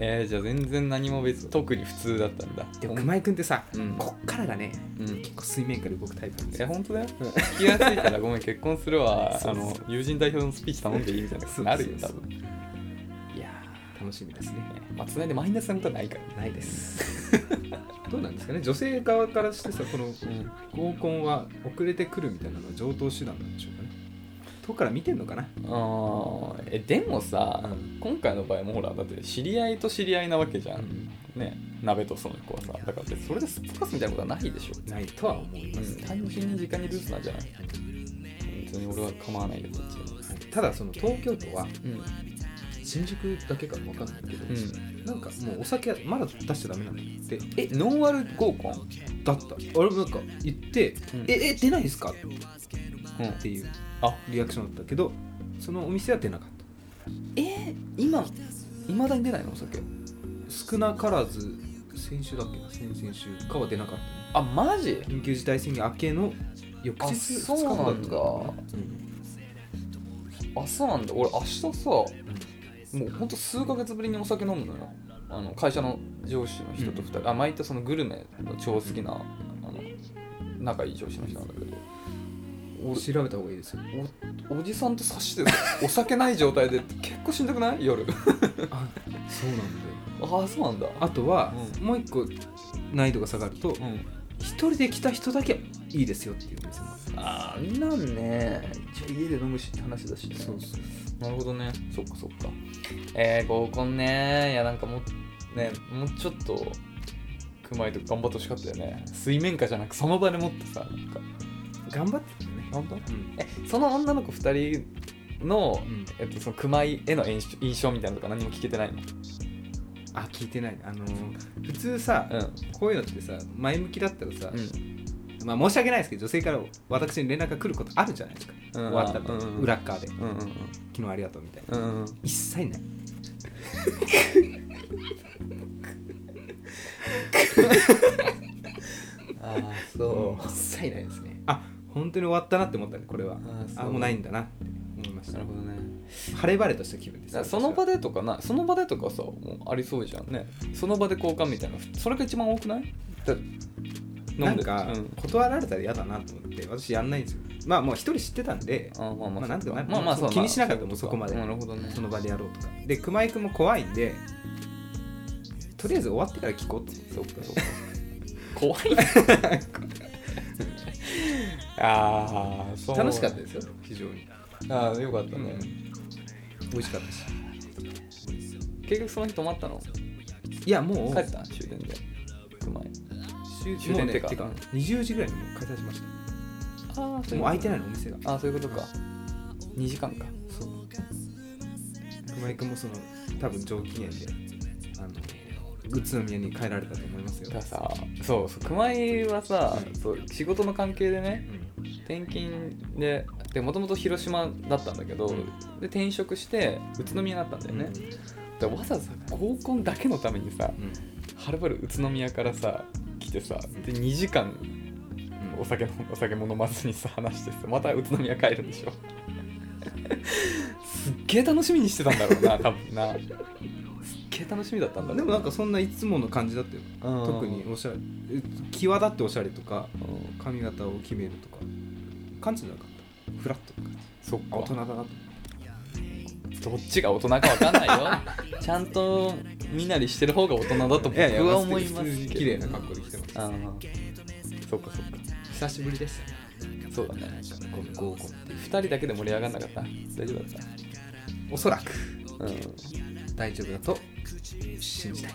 S2: えー、じゃあ全然何も別に特に普通だったんだ
S1: でも
S2: ほん
S1: 熊井君ってさ、
S2: うん
S1: こっからがね
S2: うん
S1: 結構水面下で動くタイプなんです
S2: え
S1: よ
S2: 本当だよ気がついたらごめん結婚する わあの友人代表のスピーチ頼んでいいみたいなことになるよ多
S1: そうそう
S2: 分ね
S1: いやー楽しみですね
S2: まあつないでマイナスなことはないから
S1: ないです どうなんですかね女性側からしてさこの
S2: うん
S1: 合コンは遅れてくるみたいなのは上等手段なんでしょうかね遠くから見てんのかな
S2: あーえでもさ、
S1: うん
S2: 今回の場合もほらだって知り合いと知り合いなわけじゃん、ね鍋とその子はさだから別にそれですっぽかすみたいなことはないでしょ、
S1: ないとは思いま
S2: う
S1: す、
S2: ん、単純に時間にルースなんじゃない別に俺は構わないよどっちでも
S1: ただその東京都は
S2: うんうん
S1: 新宿だけか分かんないけど、なんかもうお酒はまだ出しちゃダメなんだって
S2: えノンアル合コン、
S1: だった俺もなんか言って「
S2: うん
S1: ええ出ないですか?」っ
S2: うん、
S1: ていう
S2: あ
S1: リアクションだったけどそのお店は出なかった
S2: え今いまだに出ないのお酒
S1: 少なからず先週だっけな先々週かは出なかったね
S2: あマジ
S1: 緊急事態宣言明けの翌日
S2: あ
S1: 2
S2: そう
S1: 日後
S2: な
S1: だっ
S2: ん
S1: た
S2: だ
S1: か
S2: あそうなんだ俺明日さもうほんと数ヶ月ぶりにお酒飲むのよあの会社の上司の人と2人、あ前言ったそのグルメの超好きな、あの仲いい上司の人なんだけど
S1: うん調べた方がいいですよ
S2: おおじさんと察してお酒ない状態で結構しんどくない夜
S1: あそうなんだよ
S2: ああそうなんだ
S1: あとは、
S2: う
S1: もう一個難易度が下がると
S2: うん
S1: 一人で来た人だけいいですよっていうお店もある
S2: あーなんねじゃあ家で飲むしって話だしね
S1: そうそう
S2: なるほどねそっかそっかえー、合コンねいやなんかもうねもうちょっと熊井と頑張ってほしかったよね水面下じゃなくその場でもってさなんか
S1: 頑張ってたよね
S2: 本当
S1: うん
S2: えその女の子2人の,、
S1: うん
S2: えっと、その熊井への印象印象みたいなのとか何も聞けてないの
S1: あ聞いてないあのー普通さ、
S2: うん
S1: こういうのってさ前向きだったらさ、
S2: うん
S1: まあ申し訳ないですけど女性から私に連絡が来ることあるじゃないですか、
S2: うん
S1: 終わった後、
S2: うん
S1: 裏っ側で
S2: うんうん
S1: 昨日ありがとうみたいな
S2: うんうんうん
S1: 一切ない
S2: ああそ
S1: 一切ないですねあ本当に終わったなって思ったねこれは
S2: あそう
S1: あもうないんだなって思いまし
S2: な
S1: た
S2: るほどね
S1: 晴れ晴れとした気分で
S2: だ
S1: す
S2: からその場
S1: で
S2: でとかなその場でとかさもうありそうじゃんねその場で交換みたいなそれが一番多くないだ飲
S1: なん
S2: で
S1: か、
S2: うん
S1: 断られたら嫌だなと思って私やんないんですよまあもう一人知ってたんで
S2: あまあまあ、
S1: まあなんとかなる
S2: まあまあそう
S1: 気にしなかったもん
S2: う
S1: そこまで
S2: なるほどね
S1: その場でやろうとかで熊井君も怖いんでとりあえず終わってから聞こうと思って
S2: そっかそっか 怖いああそう
S1: 楽しかったですよ非常に、
S2: ああよかった
S1: う
S2: ね
S1: ん、、美味しかったし
S2: 結局その日泊まったの
S1: いやもう
S2: 帰った終電で熊井
S1: 終
S2: 終電
S1: もうね
S2: ってか
S1: てか20時ぐらいにもう開催しまし
S2: ああ
S1: たもう開いてないのお店が
S2: ああそういうことか2時間か
S1: そう熊井君もその多分上機嫌であの宇都宮に帰られたと思いますよ
S2: だからさそうそう熊井はさ、
S1: うん
S2: そう仕事の関係でね
S1: うん
S2: 転勤ででもともと広島だったんだけど、
S1: うん
S2: で転職して宇都宮だったんだよね、でわざわざ合コンだけのためにさ
S1: うん
S2: はるばる宇都宮からさ来てさで2時間お酒もお酒も飲まずにさ話してさまた宇都宮帰るんでしょすっげえ楽しみにしてたんだろうな多分なすっげえ楽しみだったんだろう
S1: でもなんかそんないつもの感じだったよ
S2: うん
S1: 特におしゃれえ際立っておしゃれとか
S2: うん
S1: 髪型を決めるとか感じなかったフラットな感じ
S2: そっ
S1: あ
S2: か
S1: 大人だなと
S2: どっちが大人かわかんないよ ちゃんと身なりしてる方が大人だと僕は思いますけど
S1: 普通に綺麗な格好で来てます
S2: あーそっかそっか
S1: 久しぶりです
S2: そうだね
S1: 合コンって
S2: 2人だけで盛り上がんなかった大丈夫だっ
S1: おそらく
S2: た、うん
S1: 大丈夫だと信じたい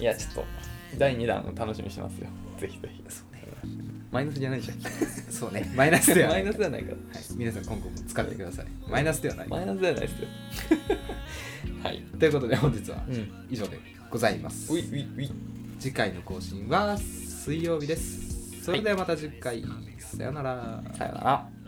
S2: いや、ちょっと、第2弾を楽しみにしてますよ。ぜひぜひ。マイナスじゃない じゃん。
S1: そうねマイナスでは
S2: マ
S1: な
S2: イ
S1: い
S2: ナ
S1: か
S2: ス
S1: ら
S2: ではないか
S1: 皆さん今後も使ってくださいマイナスではな
S2: ら。
S1: い
S2: マイナスではない ですよ。はい。
S1: ということで本日は
S2: ん。
S1: 以上でございます
S2: ういういうい。
S1: 次回の更新は水曜日ですそれではまた次回、さよなら
S2: さよなら。